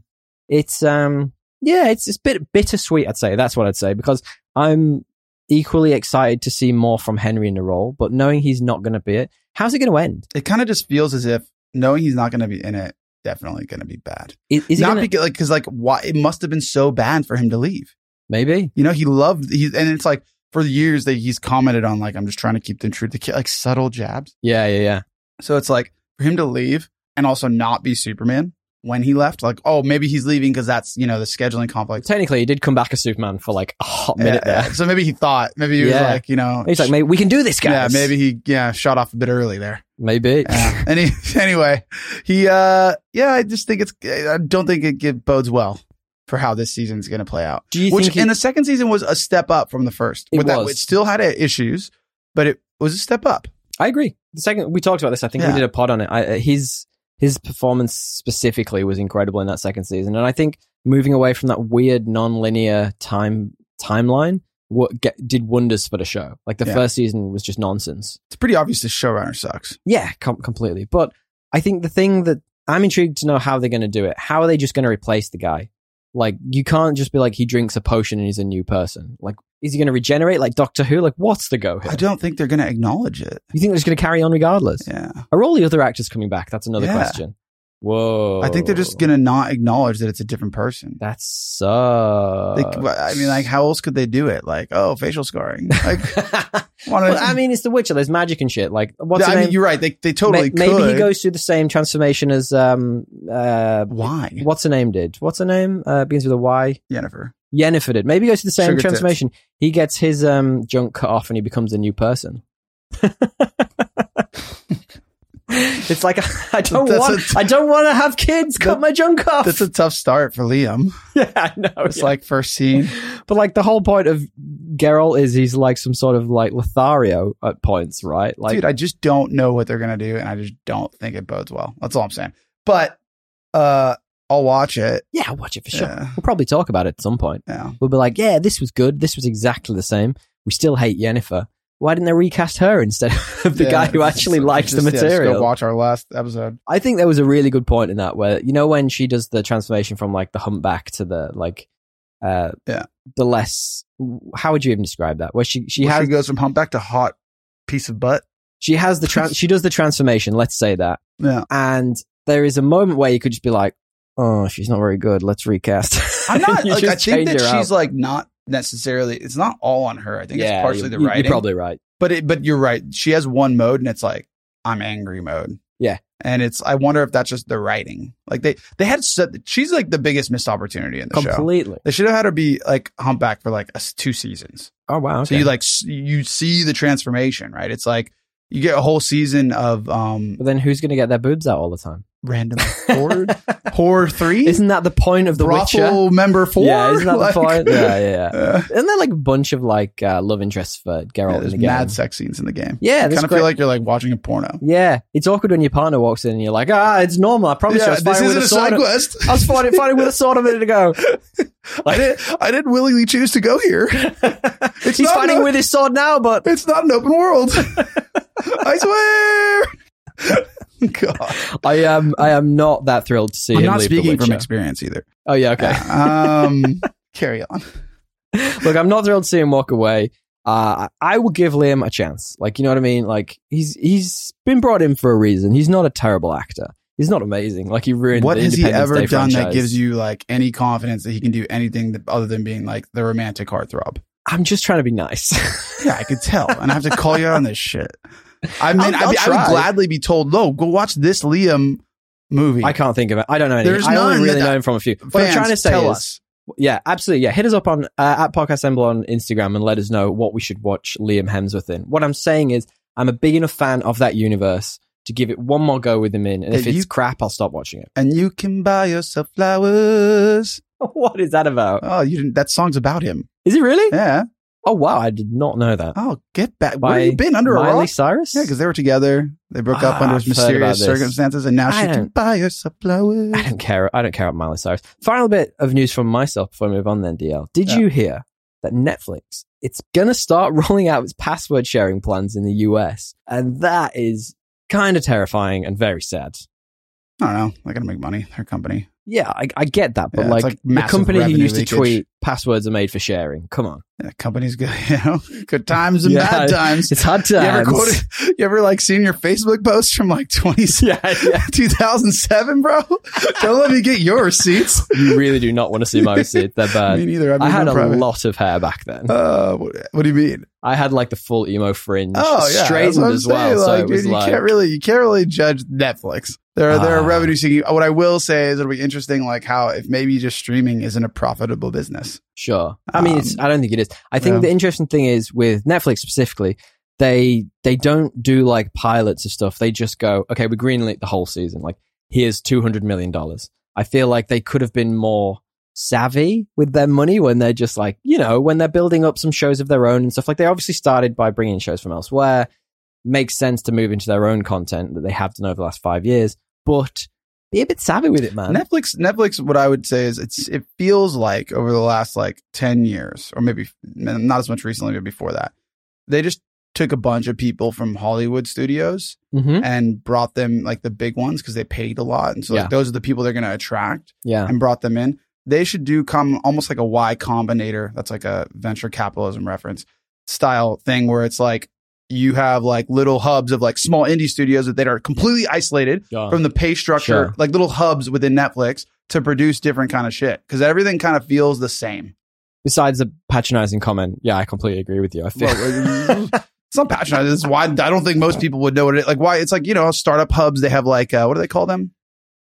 It's um yeah, it's it's a bit bittersweet, I'd say. That's what I'd say, because I'm equally excited to see more from Henry in the role, but knowing he's not gonna be it, how's it gonna end? It kind of just feels as if knowing he's not going to be in it, definitely going to be bad. Is, is it not gonna- because like because like why it must have been so bad for him to leave. maybe? You know, he loved he and it's like for years that he's commented on like I'm just trying to keep them true to ki- like subtle jabs. Yeah, yeah, yeah. So it's like for him to leave and also not be Superman when he left, like oh maybe he's leaving because that's you know the scheduling conflict. Technically, he did come back as Superman for like a hot minute Yeah, there. yeah. So maybe he thought maybe he was Yeah. like you know He's like, maybe we can do this, yeah guys. maybe he yeah shot off a bit early there. Maybe. Yeah. Any anyway, he uh yeah I just think it's I don't think it, it bodes well for how this season's going to play out. Do you which think he- and the second season was a step up from the first. It With that, was. it still had uh, issues, but it was a step up. I agree. The second we talked about this, I think we Yeah. did a pod on it. I, uh, his his performance specifically was incredible in that second season, and I think moving away from that weird non-linear time timeline what get, did wonders for the show. Like the Yeah. first season was just nonsense. It's pretty obvious the showrunner sucks. Yeah, com- completely. But I think the thing that I'm intrigued to know how they're going to do it. How are they just going to replace the guy? Like you can't just be like he drinks a potion and he's a new person. Like is he going to regenerate like Doctor Who? Like what's the go here? I don't think they're going to acknowledge it. You think they're just going to carry on regardless? Yeah, Are all the other actors coming back? That's another Yeah. question. Whoa. I think they're Oh. just going to not acknowledge that it's a different person. That sucks. They, Uh, I mean, like, how else could they do it? Like, oh, facial scarring. Like, wanna, Well, I mean, it's The Witcher. There's magic and shit. Like, what's I her mean, name? you're right. They they Ma- totally Maybe could. he goes through the same transformation as um uh Why, what's her name did. What's her name? Uh, begins with a Y. Jennifer? Yennefer did. Maybe he goes through the same Sugar tits. transformation. He gets his um junk cut off and he becomes a new person. It's like I don't That's want. a- I I don't want to have kids. Cut That- my junk off. That's a tough start for Liam. yeah, I know. It's Oh, yeah. like first scene. But like the whole point of Geralt is he's like some sort of like Lothario at points, right? Like Dude, I just don't know what they're gonna do, and I just don't think it bodes well. That's all I'm saying. But uh I'll watch it. yeah, I'll watch it for sure. Yeah. We'll probably talk about it at some point. yeah. We'll be like, yeah, this was good. This was exactly the same. We still hate Yennefer. Why didn't they recast her instead of the Yeah, guy who just- actually likes the just, yeah, just material? go watch our last episode. I think there was a really good point in that where you know when she does the transformation from like the humpback to the like uh Yeah. the less how would you even describe that? Where she she Well, has she goes from humpback to hot piece of butt. she has the trans she does the transformation, let's say that. Yeah. And there is a moment where you could just be like, Oh, she's not very good, let's recast. I'm not You like just I think change that her she's out. like not necessarily it's not all on her. I think it's partially you- the you- writing. You're probably right. but it but you're right. She has one mode and it's like I'm angry mode. Yeah. And it's I wonder if that's just the writing. Like they they had set she's like the biggest missed opportunity in the show. Completely. They should have had her be like humpback for like a s two seasons. Oh wow. So you like s- you see the transformation, right? It's like you get a whole season of um but then who's gonna get their boobs out all the time? random horror horror three Isn't that the point of the Witcher? brothel member four. Yeah, isn't that Like- the point? Yeah, yeah, yeah. Uh, Isn't there like a bunch of like uh, love interests for Geralt yeah, in there's the game? mad sex scenes in the game. yeah, I there's kind of great- feel like you're like watching a porno. yeah, it's awkward when your partner walks in and you're like, ah, it's normal. I promise you, I Yeah, was this fighting with isn't a a sword. side a- quest. I was fighting, fighting with a sword a minute ago. I didn't. I didn't willingly choose to go here. He's not fighting no- with his sword now, but It's not an open world. I swear. God, I am I am not that thrilled to see I'm him not leave speaking the from Witcher. experience either. oh yeah, okay. um, carry on. Look, I'm not thrilled to see him walk away. Uh, I I will give Liam a chance. Like you know what I mean? Like he's he's been brought in for a reason. He's not a terrible actor. He's not amazing. Like he ruined. What the has he Independence ever Day done that franchise. gives you like any confidence that he can do anything that, other than being like the romantic heartthrob? I'm just trying to be nice. Yeah, I could tell, and I have to call you out on this shit. I mean, I'll- i would I'll try. I would gladly be told, "No, go watch this Liam movie." I can't think of it. I don't know any. There's I only none really that- know him from a few. What Fans, I'm trying to say tell is, us. yeah, absolutely. Yeah, hit us up on uh, at Podcast Assemble on Instagram and let us know what we should watch Liam Hemsworth in. What I'm saying is, I'm a big enough fan of that universe to give it one more go with him in, and if That it's you- crap, I'll stop watching it. and you can buy yourself flowers. what is that about? Oh, you didn't. That song's about him. Is it really? Yeah. Oh wow, I did not know that. Oh, get back. By Where have you been under Miley a rock? Cyrus? Yeah, because they were together. They broke Ah, up under I've heard about mysterious this. circumstances, and now I she can don't- buy herself flowers. I don't care. I don't care about Miley Cyrus. Final bit of news from myself before I move on. Then DL, did Yeah. you hear that Netflix it's gonna start rolling out its password sharing plans in the US, and that is kind of terrifying and very sad. I don't know. They're gonna make money. Her company. Yeah, I, I get that, but Yeah, it's like, like the massive company who revenue used to leakage. tweet passwords are made for sharing. Come on, Yeah, company's good. You know, good times and Yeah. bad times. it's hard You ever times. quoted, You ever like seen your Facebook posts from like 20, yeah, yeah. 2007, bro? Don't let me get your receipts. You really do not want to see my receipts. They're me bad. neither. I've Uh, I been had a private. lot of hair back then. Uh, what, what do you mean? I had like the full emo fringe, Oh yeah, that's straightened what I'm as well. saying. so Like, it was dude, you like, can't really you can't really judge Netflix. They're they're a Ah. revenue seeking. What I will say is it'll be interesting, like how if maybe just streaming isn't a profitable business. Sure. I mean, it's, I don't think it is. I think yeah. the interesting thing is with Netflix specifically, they they don't do like pilots of stuff. They just go, okay, we greenlit the whole season. Like, here's two hundred million dollars. I feel like they could have been more savvy with their money when they're just like, you know, when they're building up some shows of their own and stuff. Like, they obviously started by bringing shows from elsewhere. Makes sense to move into their own content that they have done over the last five years, but be a bit savvy with it, man. Netflix, Netflix. What I would say is it's it feels like over the last like ten years, or maybe not as much recently, but before that, they just took a bunch of people from Hollywood studios hmm and brought them like the big ones because they paid a lot. And so Yeah. like, those are the people they're going to attract Yeah. and brought them in. They should do come almost like a Y Combinator. That's like a venture capitalism reference style thing where it's like you have like little hubs of like small indie studios that are completely isolated Sure. from the pay structure, Sure. like little hubs within Netflix to produce different kind of shit because everything kind of feels the same. besides the patronizing comment, yeah, I completely agree with you. I feel Well, it's not patronizing. This is why I don't think most people would know what it like. Why it's like you know startup hubs. They have like uh, what do they call them?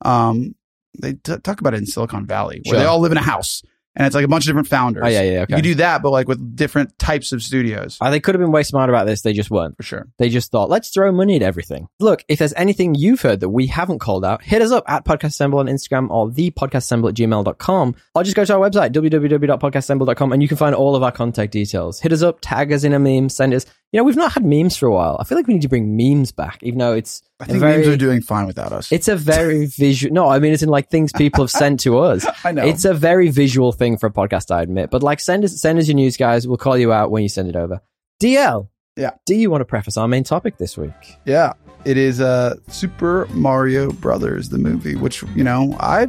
Um, they t- talk about it in Silicon Valley where Sure. they all live in a house and it's like a bunch of different founders. Oh yeah, yeah, okay. You could do that, but like with different types of studios Uh, they could have been way smarter about this. They just weren't. for sure. They just thought, let's throw money at everything. Look, if there's anything you've heard that we haven't called out, hit us up at Podcast Assemble on Instagram or thepodcastassemble at gmail.com or just go to our website, www.podcastassemble.com, and you can find all of our contact details. Hit us up, tag us in a meme, send us. You know, we've not had memes for a while. I feel like we need to bring memes back, even though it's I think very, memes are doing fine without us. it's a very visual. No, I mean, it's in like things people have sent to us. I know. It's a very visual thing for a podcast, I admit. But like, send us send us your news, guys. We'll call you out when you send it over. DL. Yeah. Do you want to preface our main topic this week? yeah. It is uh, Super Mario Brothers, the movie, which, you know, I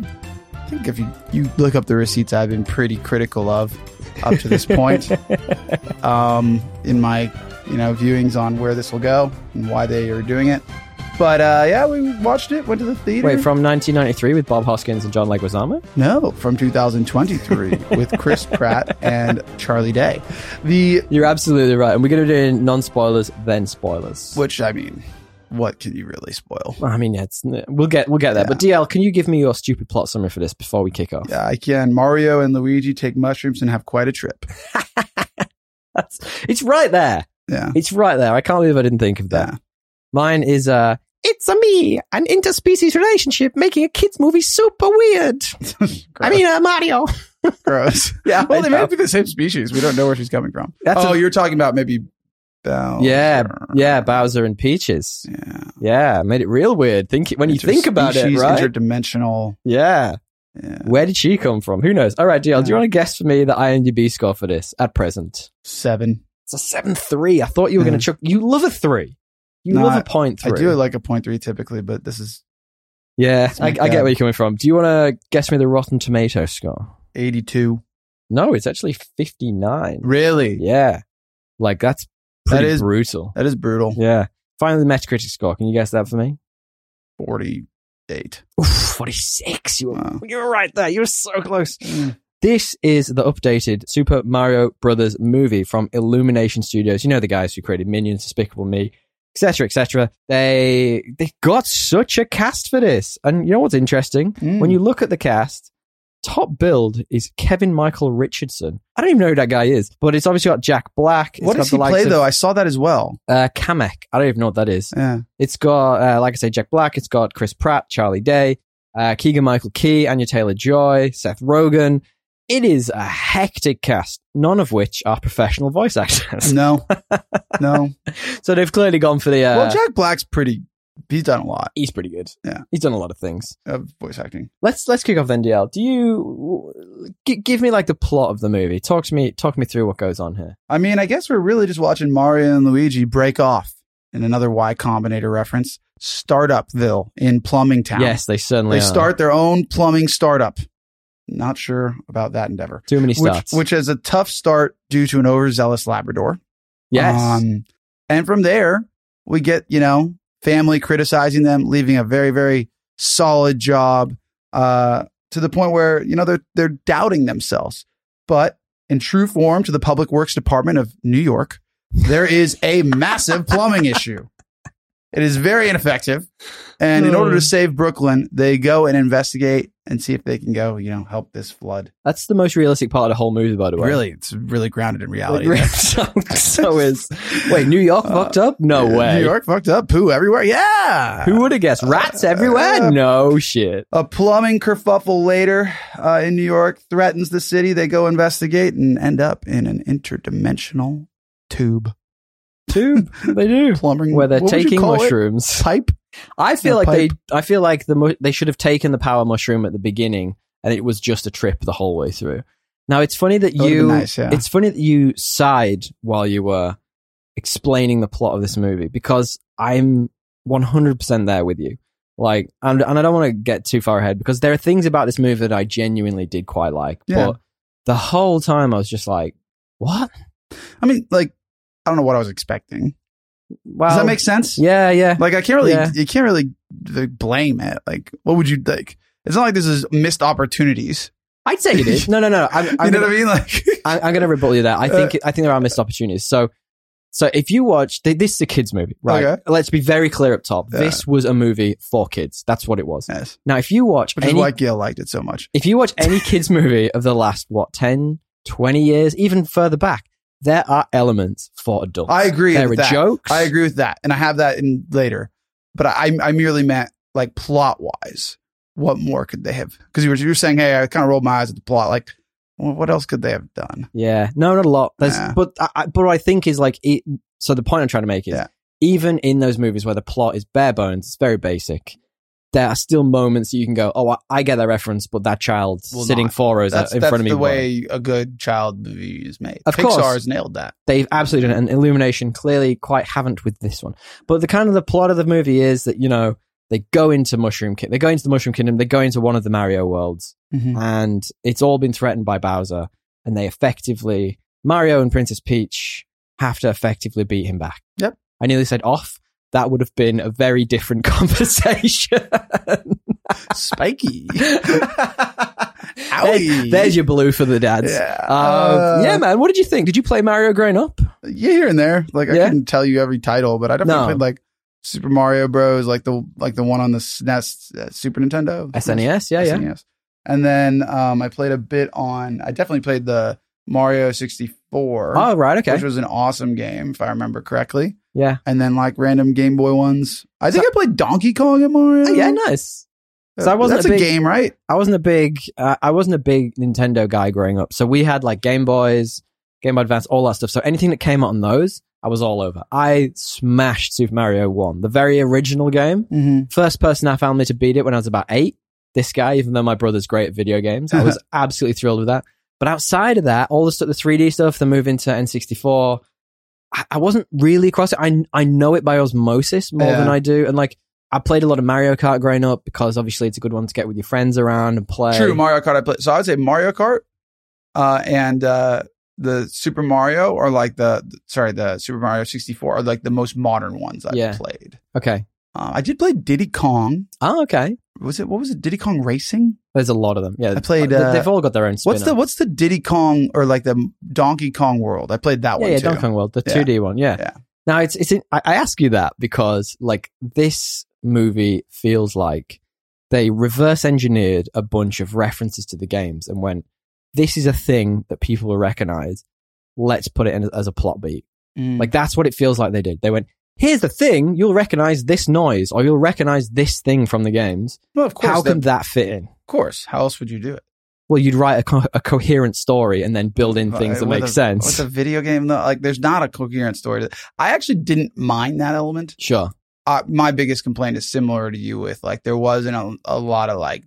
think if you, you look up the receipts, I've been pretty critical of up to this point um, in my, you know, viewings on where this will go and why they are doing it. But uh, yeah, we watched it, went to the theater. Wait, from 1993 with Bob Hoskins and John Leguizamo? no, from 2023 with Chris Pratt and Charlie Day. The You're absolutely right. And we're going to do it in non spoilers, then spoilers. Which I mean, what can you really spoil? Well, I mean, yeah, it's, we'll get we'll get there. But DL, can you give me your stupid plot summary for this before we kick off? Yeah, I can. Mario and Luigi take mushrooms and have quite a trip. That's, it's right there. Yeah, It's right there. I can't believe I didn't think of that. yeah. Mine is uh It's a me, an interspecies relationship making a kids movie super weird. gross. uh, Mario. gross. Yeah, Well, I they may know. be the same species. We don't know where she's coming from. That's oh, a- you're talking about maybe Bowser. Yeah, yeah, Bowser and Peaches. Yeah. Yeah, made it real weird. Think when you think about it, Interspecies, right? Interdimensional. yeah. Yeah. Where did she come from? Who knows? All right, DL, do you Yeah. want to guess for me the IMDb score for this at present? Seven. It's a seven three. I thought you were going Mhm. to chuck. You love a three. You No, love a point three. I do like a point three typically, but this is Yeah, It's I, I my get bad. where you're coming from. Do you want to guess me the Rotten Tomato score? eighty-two. No, it's actually fifty nine. Really? Yeah. Like that's pretty That is- brutal. That is brutal. Yeah. Finally, the Metacritic score. Can you guess that for me? Forty-eight. Oof, 46. You were, Wow. you were right there. You were so close. This is the updated Super Mario Brothers movie from Illumination Studios. You know the guys who created Minions, Despicable Me, etc., etc. They they got such a cast for this. And you know what's interesting? Mm. When you look at the cast, top build is Kevin Michael Richardson. I don't even know who that guy is, but it's obviously got Jack Black. It's what got does he the likes play of- though? I saw that as well. Uh, Kamek. I don't even know what that is. Yeah. It's got, uh, like I say, Jack Black. It's got Chris Pratt, Charlie Day, uh, Keegan Michael Key, Anya Taylor Joy, Seth Rogen. It is a hectic cast, none of which are professional voice actors. No, Uh, no. so they've clearly gone for the. Uh, well, Jack Black's pretty. He's done a lot he's pretty good. Yeah. he's done a lot of things. of voice acting. Let's let's kick off then. DL, do you g- give me like the plot of the movie? Talk to me. Talk me through what goes on here. I mean, I guess we're really just watching Mario and Luigi break off in another Y Combinator reference. Startupville in Plumbing Town. Yes, they certainly they are. start their own plumbing startup. Not sure about that endeavor, too many which, starts. which is a tough start due to an overzealous Labrador. yes, Um, and from there, we get, you know, family criticizing them, leaving a very, very solid job uh, to the point where, you know, they're, they're doubting themselves. But in true form to the Public Works Department of New York, there is a massive plumbing issue. It is very ineffective. And in order to save Brooklyn, they go and investigate and see if they can go, you know, help this flood. that's the most realistic part of the whole movie, by the way. Really, it's really grounded in reality. Like, so, so is wait New York Uh, fucked up? No Yeah, way. New York fucked up. Poo everywhere. Yeah. Who would have guessed? Rats everywhere? Uh, no shit. A plumbing kerfuffle later uh, in New York threatens the city. They go investigate and end up in an interdimensional tube. Tube? They do. Plumbing. Where they're what would you taking call it? mushrooms. Pipe. I feel Yeah, like they. I feel like the mu- they should have taken the power mushroom at the beginning, and it was just a trip the whole way through. Now it's funny that That would've been you. nice, yeah. It's funny that you sighed while you were explaining the plot of this movie because I'm 100% there with you. Like, and, and I don't want to get too far ahead because there are things about this movie that I genuinely did quite like. Yeah. But the whole time I was just like, what? I mean, like, I don't know what I was expecting. Well, Does that make sense? yeah, yeah. Like, I can't really, Yeah. you can't really like, blame it. Like, what would you like? It's not like this is missed opportunities. I'd say it is. No, no, no. I'm, You I'm know gonna- what I mean? Uh, Like, I, I'm going to rebut you there. I think I think there are missed opportunities. So So if you watch, th- this is a kids movie, right? Okay. Let's be very clear up top. Yeah. This was a movie for kids. That's what it was. Yes. Now, if you watch Which is any, why Gail liked it so much. if you watch any kids movie of the last, what, 10, 20 years, even further back, there are elements for adults. I agree There with are that. jokes. I agree with that, and I have that in later. But I, I merely meant like plot wise, what more could they have? Because you were you were saying, hey, I kind of rolled my eyes at the plot. Like, well, what else could they have done? Yeah, no, not a lot. There's, Nah. but I, I, but what I think is like it, so. The point I'm trying to make is Yeah. even in those movies where the plot is bare bones, it's very basic. There are still moments that you can go, oh, I, I get that reference, but that child Will sitting not. four rows That's, in that's front of me, the won't. way a good child movie is made. Of Pixar's course. nailed that. they've absolutely done it. And Illumination clearly quite haven't with this one. But the kind of the plot of the movie is that you know they go into Mushroom Kingdom, they go into the Mushroom Kingdom, they go into one of the Mario worlds, and it's all been threatened by Bowser, and they effectively Mario and Princess Peach have to effectively beat him back. Yep. I nearly said off. That would have been a very different conversation. Spiky. There- There's your blue for the dads. Yeah. Uh, yeah, man. What did you think? Did you play Mario growing up? yeah, here and there. Like I Yeah? couldn't tell you every title, but I definitely No. played like Super Mario Bros, like the like the one on the SNES, uh, Super Nintendo, SNES. E Yeah, yeah. SNES. E And then um, I played a bit on. I definitely played the Mario sixty four, Oh, right. Okay. which was an awesome game if I remember correctly. Yeah. And then like random Game Boy ones. I think I played Donkey Kong and Mario. Oh, yeah, nice. Uh, so I wasn't That's a a, big- game, right? I wasn't a big uh, I wasn't a big Nintendo guy growing up. So we had like Game Boys, Game Boy Advance, all that stuff. So anything that came out on those, I was all over. I smashed Super Mario One, the very original game. Mm-hmm. First person I found me to beat it when I was about eight. This guy, even though my brother's great at video games, I was absolutely thrilled with that. But outside of that, all the stuff, the 3D stuff, the move into N64, I, I wasn't really across it. I I know it by osmosis more Yeah. than I do, and like. I played a lot of Mario Kart growing up because obviously it's a good one to get with your friends around and play. True Mario Kart. I played. So I would say Mario Kart, uh, and uh, the Super Mario, or like the sorry, the Super Mario sixty four, are like the most modern ones I've Yeah. played. Okay. Uh, I did play Diddy Kong. Oh, okay. Was it what was it? Diddy Kong Racing. There's a lot of them. Yeah. I played, They- uh, They've all got their own spin What's the what's the Diddy Kong or like the Donkey Kong World? I played that Yeah, one yeah, too. Donkey Kong World, the Yeah. 2D one. Yeah. Yeah. Now, it's, it's, in, I, I ask you that because, like, this movie feels like they reverse engineered a bunch of references to the games and went, this is a thing that people will recognize. Let's put it in as a plot beat. Mm. Like that's what it feels like they did. They went, here's the thing, you'll recognize this noise or you'll recognize this thing from the games. well, of course, How the- can that fit in? of course. How else would you do it? Well, you'd write a, co- a coherent story and then build in Uh, things that with make a- sense. With a video game, though, like there's not a coherent story. To, I actually didn't mind that element. sure. uh, my biggest complaint is similar to you with like there wasn't a, a lot of like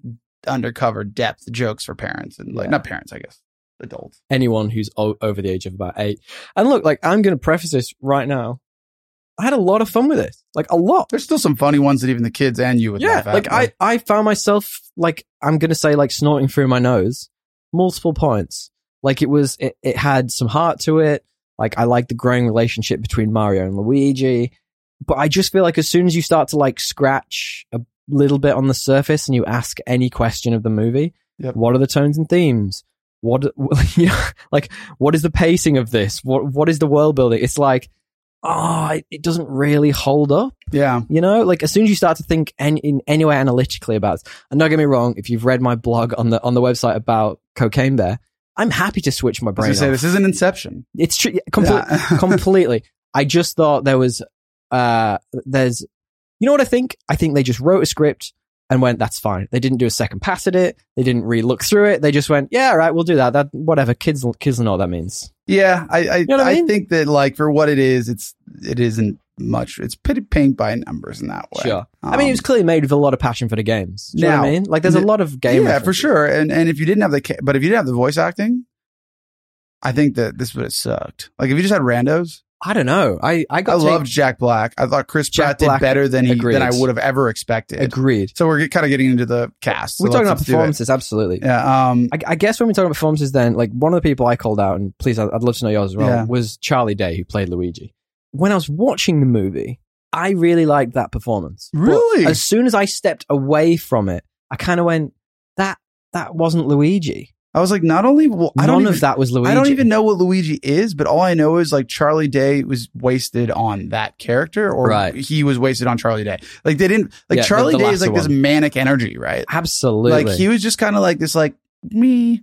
undercover depth jokes for parents and like Yeah. not parents i guess adults Anyone who's o- over the age of about eight. And look, like, I'm going to preface this right now. I had a lot of fun with this. Like, a lot. there's still some funny ones that even the kids and you would yeah. laugh at Like, I, I found myself, like, I'm going to say, like, snorting through my nose multiple points. Like, it was, it, it had some heart to it. Like, I liked the growing relationship between Mario and Luigi. But I just feel like as soon as you start to, like, scratch a little bit on the surface and you ask any question of the movie, Yep. what are the tones and themes? What, you know, like, what is the pacing of this? What, what is the world building? It's like, oh, it, it doesn't really hold up. yeah You know, like as soon as you start to think any, in any way analytically about this, and don't get me wrong, if you've read my blog on the on the website about cocaine bear, I'm happy to switch my I was brain. gonna say off. this is an inception it's true, yeah, complete, Yeah. completely. I just thought there was, uh, there's, you know what I think? I think they just wrote a script and went, that's fine. They didn't do a second pass at it. They didn't re-look through it. They just went, yeah, all right, we'll do that. That whatever kids, kids know what that means. yeah i i, know what I I, mean? think that like for what it is it's it isn't much it's pretty paint by numbers in that way Sure. I mean, it was Um, clearly made with a lot of passion for the games. Do you know what I Now- mean? Like, there's a lot of game. yeah for references. sure and and if you didn't have the ca- but if you didn't have the voice acting i think that this would have sucked like if you just had randos I don't know. I I got I to- loved Jack Black. I thought Chris Jack Pratt Black, did better than he agreed. than I would have ever expected. agreed. So we're kind of getting into the cast. So we're talking let's- about let's do performances, absolutely. it. Yeah. Um. I, I guess when we talk about performances, then like one of the people I called out, and please, I'd, I'd love to know yours as well, Yeah. was Charlie Day, who played Luigi. When I was watching the movie, I really liked that performance. But Really? as soon as I stepped away from it, I kind of went, "That that wasn't Luigi." I was like, not only well, I None don't of even, that was Luigi. I don't even know what Luigi is, but all I know is like Charlie Day was wasted on that character, or Right. he was wasted on Charlie Day. Like they didn't like Yeah, the- Charlie the Day is latter like this one. manic energy, right? Absolutely. Like he was just kind of like this, like me.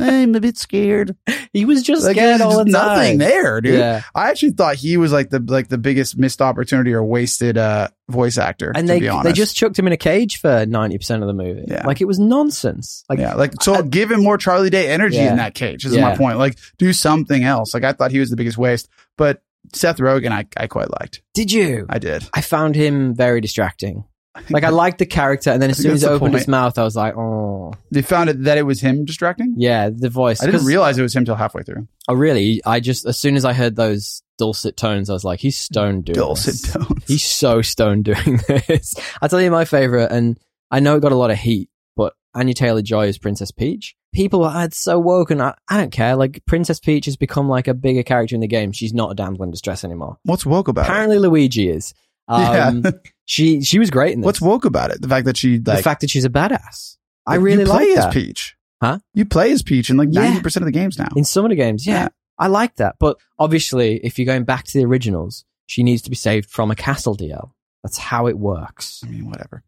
I'm a bit scared. he was just Like scared there's all the just time. nothing there, dude. Yeah. I actually thought he was like the like the biggest missed opportunity or wasted uh voice actor. And to they be honest. they just chucked him in a cage for 90% of the movie. Yeah. Like it was nonsense. Like yeah, like so I- give him more Charlie Day energy Yeah. in that cage. Is Yeah. my point. Like do something else. Like I thought he was the biggest waste, but Seth Rogen I, I quite liked. did you? I, I did. found him very distracting. Like I liked the character and then as I think soon as it that's the opened point. his mouth I was like, "Oh." they found it that it was him distracting. Yeah, the voice. I didn't 'Cause- realize it was him till halfway through. Oh, really? I just as soon as I heard those dulcet tones I was like, "He's stone doing this. Dulcet tones. He's so stoned doing this. I'll tell you my favorite, and I know it got a lot of heat, but Anya Taylor Joy as Princess Peach. People are so woke, and I, I don't care. Like, Princess Peach has become like a bigger character in the game. She's not a damsel in distress anymore. What's woke about it? Apparently, Luigi is. Um, yeah. She she was great in this. What's woke about it? The fact that she the like fact that she's a badass? I like, really you play like as that. Peach. Huh? You play as Peach in like Yeah. ninety percent of the games now. in some of the games, yeah, Yeah. I like that. But obviously, if you're going back to the originals, she needs to be saved from a castle DL. That's how it works. I mean, whatever.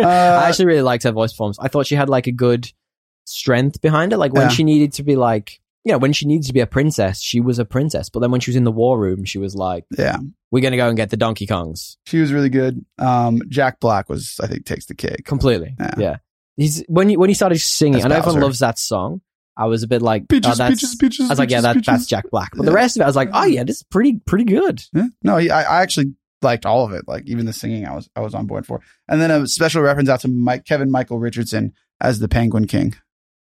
I actually really liked her voice forms. I thought she had like a good strength behind her. Like when Yeah. she needed to be like, you know, when she needed to be a princess, she was a princess. But then when she was in the war room, she was like, Yeah. "We're gonna go and get the Donkey Kongs." She was really good. Um, Jack Black was, I think, takes the cake. Completely, yeah. Yeah. He's when he, when he started singing, That's and everyone Bowser. loves that song. I was a bit like, oh, Peaches, that's, peaches, peaches. I was like, yeah, peaches, that, peaches. that's Jack Black. But the Yeah. rest of it, I was like, oh yeah, this is pretty pretty good. Yeah. Hmm? No, he, I, I actually liked all of it. Like even the singing, I was I was on board for. And then a special reference out to Mike Kevin Michael Richardson as the Penguin King.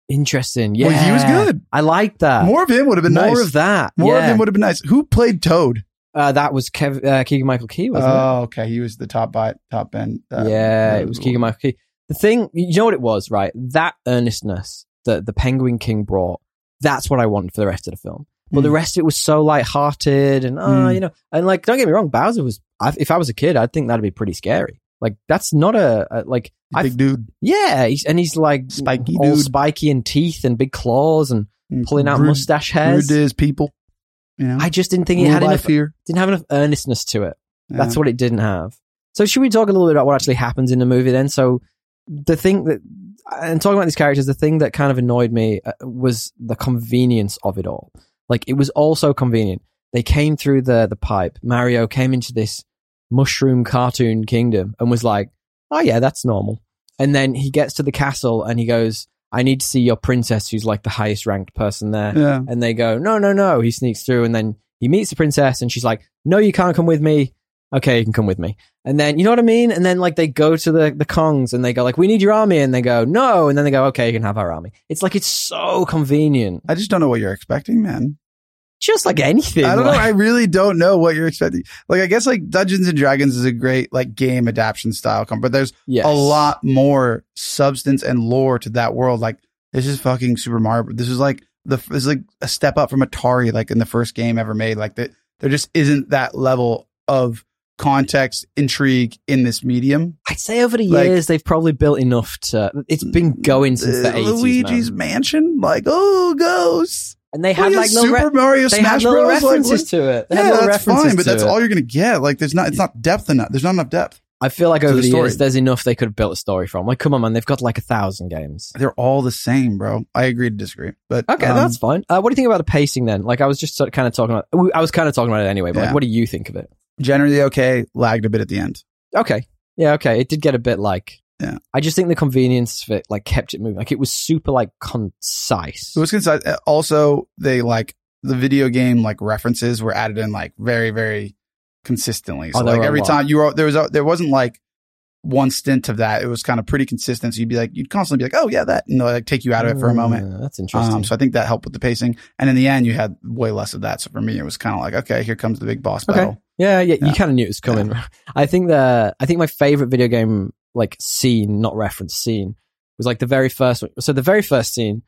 Interesting. Yeah, Well, he was good. I liked that. More of him would have been More nice. of that. More yeah. of him would have been nice. Who played Toad? uh, that was Kev- uh, Keegan Michael Key, Oh, wasn't it? okay, he was the top by top end. uh, yeah, the- it was Keegan Michael Key. The thing, you know what it was, right? That earnestness that the Penguin King brought, that's what I wanted for the rest of the film. But the Mm. rest of it was so light-hearted and, oh, Mm. you know, and like, don't get me wrong, Bowser was, I, if I was a kid, I'd think that'd be pretty scary. Like, that's not a, a like, I, big dude yeah, he's, and he's like Spiky all dude. spiky and teeth and big claws and Mm, pulling out rude, mustache Rude hairs. to his people. You know, I just didn't think it Ruled had by enough, fear. didn't have enough earnestness to it. That's Yeah. what it didn't have. So should we talk a little bit about what actually happens in the movie then? So the thing that and talking about these characters, the thing that kind of annoyed me uh, was the convenience of it all. Like it was all so convenient. They came through the the pipe. Mario came into this mushroom cartoon kingdom and was like, "Oh yeah, that's normal." And then he gets to the castle and he goes, "I need to see your princess, who's like the highest ranked person there." yeah. And they go, no, no, no. He sneaks through and then he meets the princess and she's like, no, you can't come with me. Okay, you can come with me. And then, you know what I mean? And then like they go to the, the Kongs and they go like, we need your army. And they go, no. And then they go, okay, you can have our army. It's like, it's so convenient. I just don't know what you're expecting, man. Just like anything. I don't know. like- I really don't know what you're expecting. Like, I guess like Dungeons and Dragons is a great like game adaptation style, com- but there's Yes. a lot more substance and lore to that world. Like, this is fucking Super Mario. This is like the this is like a step up from Atari, like in the first game ever made. Like that, there just isn't that level of context, intrigue in this medium. I'd say over the like- years, they've probably built enough to, it's been going since the Uh, 80s. man. Luigi's Mansion, like oh ghosts, And they Look had at like little, Super re- Mario they Smash had little Bros. Like, references what- to it. They had yeah, little that's references fine, but to that's it. all you're gonna get. Like, there's not, it's not depth enough. There's not enough depth. I feel like to over the the, story. years, there's enough they could have built a story from. Like, come on, man, they've got like a thousand games. They're all the same, bro. I agree to disagree, but Okay, um, that's fine. Uh, what do you think about the pacing then? Like, I was just sort of kind of talking about. we- I was kind of talking about it anyway, but like, Yeah. what do you think of it? generally okay. Lagged a bit at the end. Okay, yeah, okay. It did get a bit like. Yeah. I just think the convenience of it like kept it moving. Like it was super like concise. It was concise. Uh, Also, they like the video game like references were added in like very very consistently. So Oh, there like were a every lot. time you were there was a, there wasn't like one stint of that. It was kind of pretty consistent. So you'd be like you'd constantly be like, oh yeah, that, and they'll, like take you out of it for a moment. Mm, that's interesting. Um, so I think that helped with the pacing. And in the end, you had way less of that. So for me, it was kind of like, okay, here comes the big boss Okay. battle. yeah, yeah, you yeah. kind of knew it was coming. I think the I think my favorite video game like scene, not reference scene, was like the very first one. So the very first scene,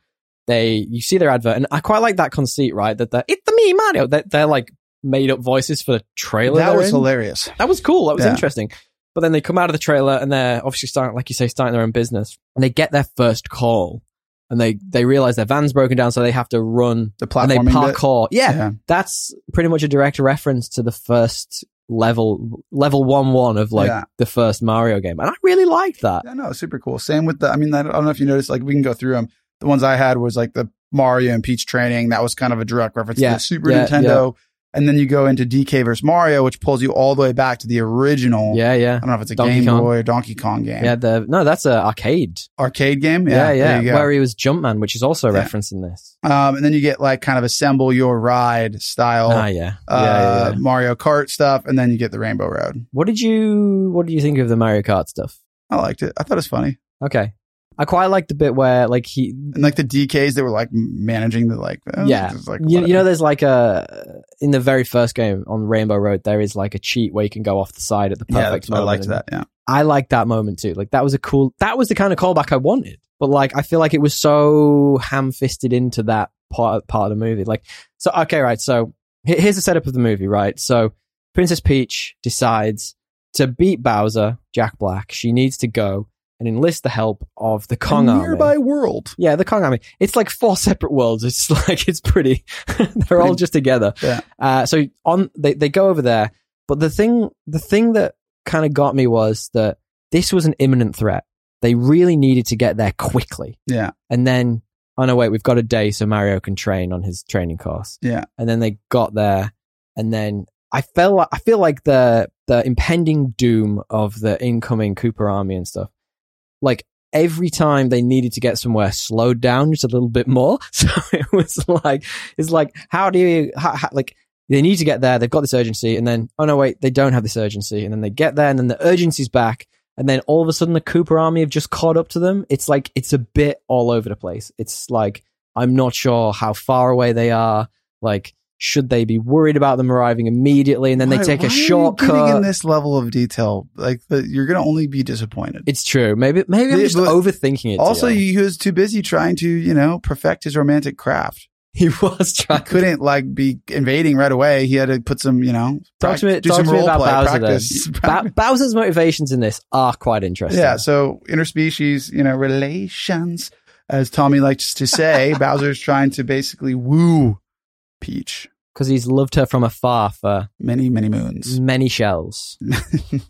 they you see their advert, and I quite like that conceit, right? That they're it's the me Mario. That they're like made up voices for the trailer. That they're was in. hilarious. That was cool. That was Yeah. interesting. But then they come out of the trailer and they're obviously starting, like you say, starting their own business. And they get their first call. and they they realize their van's broken down, so they have to run The and they platforming. bit. parkour. Yeah, yeah. that's pretty much a direct reference to the first level level one one of like Yeah. the first Mario game, and I really liked that. Yeah, no, it's super cool. Same with the. I mean, I don't know if you noticed. Like, we can go through them. The ones I had was like the Mario and Peach training. That was kind of a direct reference Yeah, to the Super yeah, Nintendo. And then you go into DK versus Mario, which pulls you all the way back to the original. Yeah, yeah, I don't know if it's a Donkey Game Kong. Boy or Donkey Kong game. yeah. The no, that's a arcade. Arcade game. Yeah, yeah. There you go. Where he was Jumpman, which is also a Yeah. reference in this. um, and then you get like kind of assemble your ride style ah, yeah. Yeah, uh, yeah, yeah. Mario Kart stuff. And then you get the Rainbow Road. What did you What did you think of the Mario Kart stuff? I liked it. I thought it was funny. Okay, I quite liked the bit where like he And like the DKs that were like managing the like, eh, Yeah. just, like You, you whatever. know, there's like a in the very first game on Rainbow Road, there is like a cheat where you can go off the side at the yeah, perfect that's- I moment. liked and that. Yeah. I liked that moment too. Like that was a cool. That was the kind of callback I wanted. But like, I feel like it was so ham-fisted into that part part of the movie. Like, so okay, right. So he- here's the setup of the movie, right? So Princess Peach decides to beat Bowser, Jack Black. She needs to go and enlist the help of the Kong A army. nearby world. Yeah, the Kong Army. It's like four separate worlds. It's like it's pretty. they're all Pretty- just together. Yeah. Uh, so on they they go over there, but the thing the thing that kind of got me was that this was an imminent threat. They really needed to get there quickly. Yeah. And then oh no wait, we've got a day so Mario can train on his training course. Yeah. And then they got there, and then I felt I feel like the the impending doom of the incoming Cooper Army and stuff. Like every time they needed to get somewhere slowed down just a little bit more. So it was like, it's like, how do you, how, how- like, they need to get there. They've got this urgency. And then, oh no, wait, they don't have this urgency. And then they get there and then the urgency's back. And then all of a sudden the Cooper army have just caught up to them. It's like, it's a bit all over the place. It's like, I'm not sure how far away they are. Like, should they be worried about them arriving immediately? And then they Why- take why a are you shortcut. Getting in this level of detail, like the, you're going to only be disappointed. it's true. Maybe, maybe I'm Yeah, just but overthinking it. also, Dion. he was too busy trying to, you know, perfect his romantic craft. he was He trying couldn't like be invading right away. He had to put some, you know, Talk to me- do talk some to me role about play Bowser practice. Ba- Bowser's motivations in this are quite interesting. yeah. So interspecies, you know, relations, as Tommy likes to say, Bowser's trying to basically woo Peach. because he's loved her from afar for Many, many moons. many shells.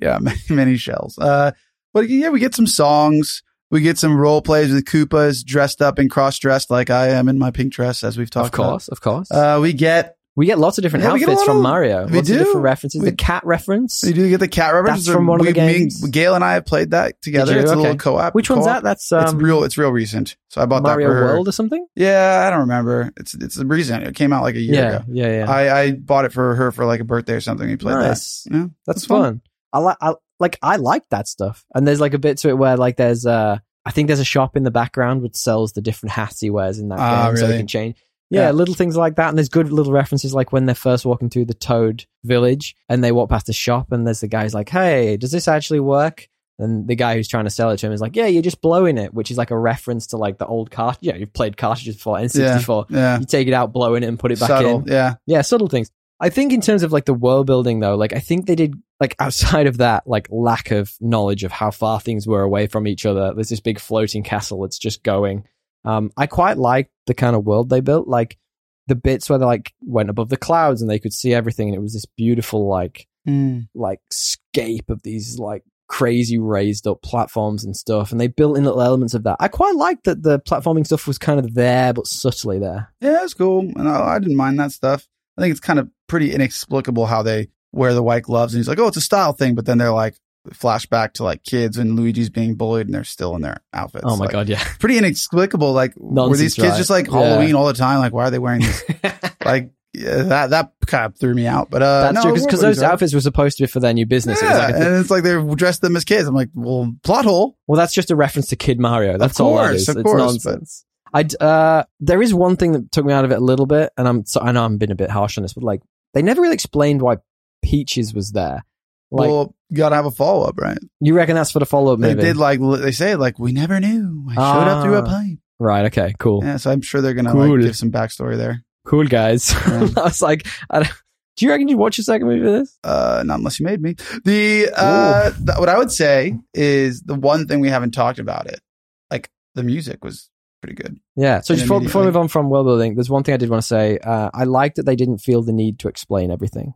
yeah, many, many shells. Uh, but yeah, we get some songs. We get some role plays with Koopas dressed up and cross dressed like I am in my pink dress, as we've Of talked about. course, of course. Uh, we get, we get lots of different yeah, we get a outfits lot from of- Mario. we lots of do. different references. We- the cat reference. we do get the cat reference. That's from one of we, the me and- games. Gail and I have played that together. you? It's a little Okay. co-op. Which one's that? co-op. That's it's um, real. It's real recent. So I bought Mario that for her. World or something. Yeah, I don't remember. It's it's recent. It came out like a year Yeah, ago. yeah, yeah. I, I bought it for her for like a birthday or something. We played nice. that. Yeah, That's fun. fun. I like. I like. I like that stuff. And there's like a bit to it where like there's uh, I think there's a shop in the background which sells the different hats he wears in that Ah, game, so he really? can change. Yeah, Yeah. little things like that. And there's good little references like when they're first walking through the Toad village and they walk past a shop and there's the guy's like, "Hey, does this actually work?" And the guy who's trying to sell it to him is like, "Yeah, you're just blowing it," which is like a reference to like the old cart. Yeah, you've played cartridges before, N64. yeah. You take it out, blowing it, and put it back in Subtle. Yeah, yeah, subtle things. I think in terms of like the world building though, like I think they did like outside of that like lack of knowledge of how far things were away from each other. There's this big floating castle that's just going. Um, I quite liked the kind of world they built, like the bits where they like went above the clouds and they could see everything, and it was this beautiful like Mm. like scape of these like crazy raised up platforms and stuff, and they built in little elements of that. I quite liked that the platforming stuff was kind of there but subtly there. yeah. It's cool, and I, I didn't mind that stuff. I think it's kind of pretty inexplicable how they wear the white gloves, and he's like, "Oh, it's a style thing," but then they're like flashback to like kids and Luigi's being bullied, and they're still in their outfits. oh my Like, god, pretty inexplicable. Like, were Nonsense, these kids right? just like Yeah. Halloween all the time? Like, why are they wearing these? yeah. like yeah, that that kind of threw me out. But uh, That's no, true it because was those alright. outfits were supposed to be for their new business. It was Yeah, like a thing- and it's like they're dressed them as kids. I'm like, well, plot hole. well, that's just a reference to Kid Mario. That's all that course, is. of it's course, nonsense. I uh, there is one thing that took me out of it a little bit, and I'm so, I know I'm been a bit harsh on this, but like they never really explained why Peaches was there. Like well, gotta have a follow up, right? you reckon that's for the follow up They movie? did like li- they say like we never knew. I showed up through a Ah. pipe. right? Okay, cool, Yeah, so I'm sure they're gonna Cool. like give some backstory there. cool guys. Yeah. I was like, I don't- do you reckon you'd watch a second movie of this? Uh, not unless you made me. The uh, th- what I would say is the one thing we haven't talked about it, like the music was pretty good. Yeah. So And just before, before we immediately- move on from world building, there's one thing I did want to say. Uh, I like that they didn't feel the need to explain everything.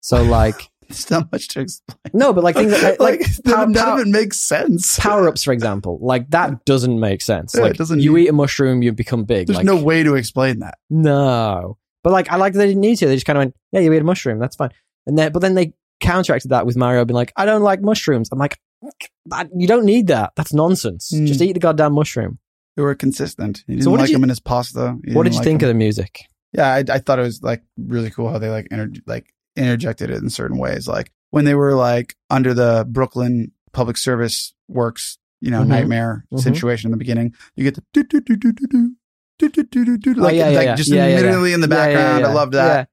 So like, There's not much to explain. no, but like things like, like pow- none pow- of it makes sense. power ups, for example, like that doesn't make sense. Yeah, it Like doesn't you need- eat a mushroom, you become big. There's like, no way to explain that. No. But like I like that they didn't need to. They just kind of went, yeah, you ate a mushroom. That's fine. And then but then they counteracted that with Mario being like, I don't like mushrooms. I'm like, that, you don't need that. That's nonsense. Mm. Just eat the goddamn mushroom. They were consistent. He didn't what did like you- him in his pasta. what did you think of the music? Yeah, I, I thought it was like really cool how they like inter- like interjected it in certain ways. Like when they were like under the Brooklyn Public Service Works, you know, Mhm. nightmare Mhm. situation in the beginning. You get the do do do do do do do do do do do like, Oh, yeah, yeah, like yeah. just Yeah, yeah, yeah. immediately in the Yeah, yeah, background. yeah. I loved that.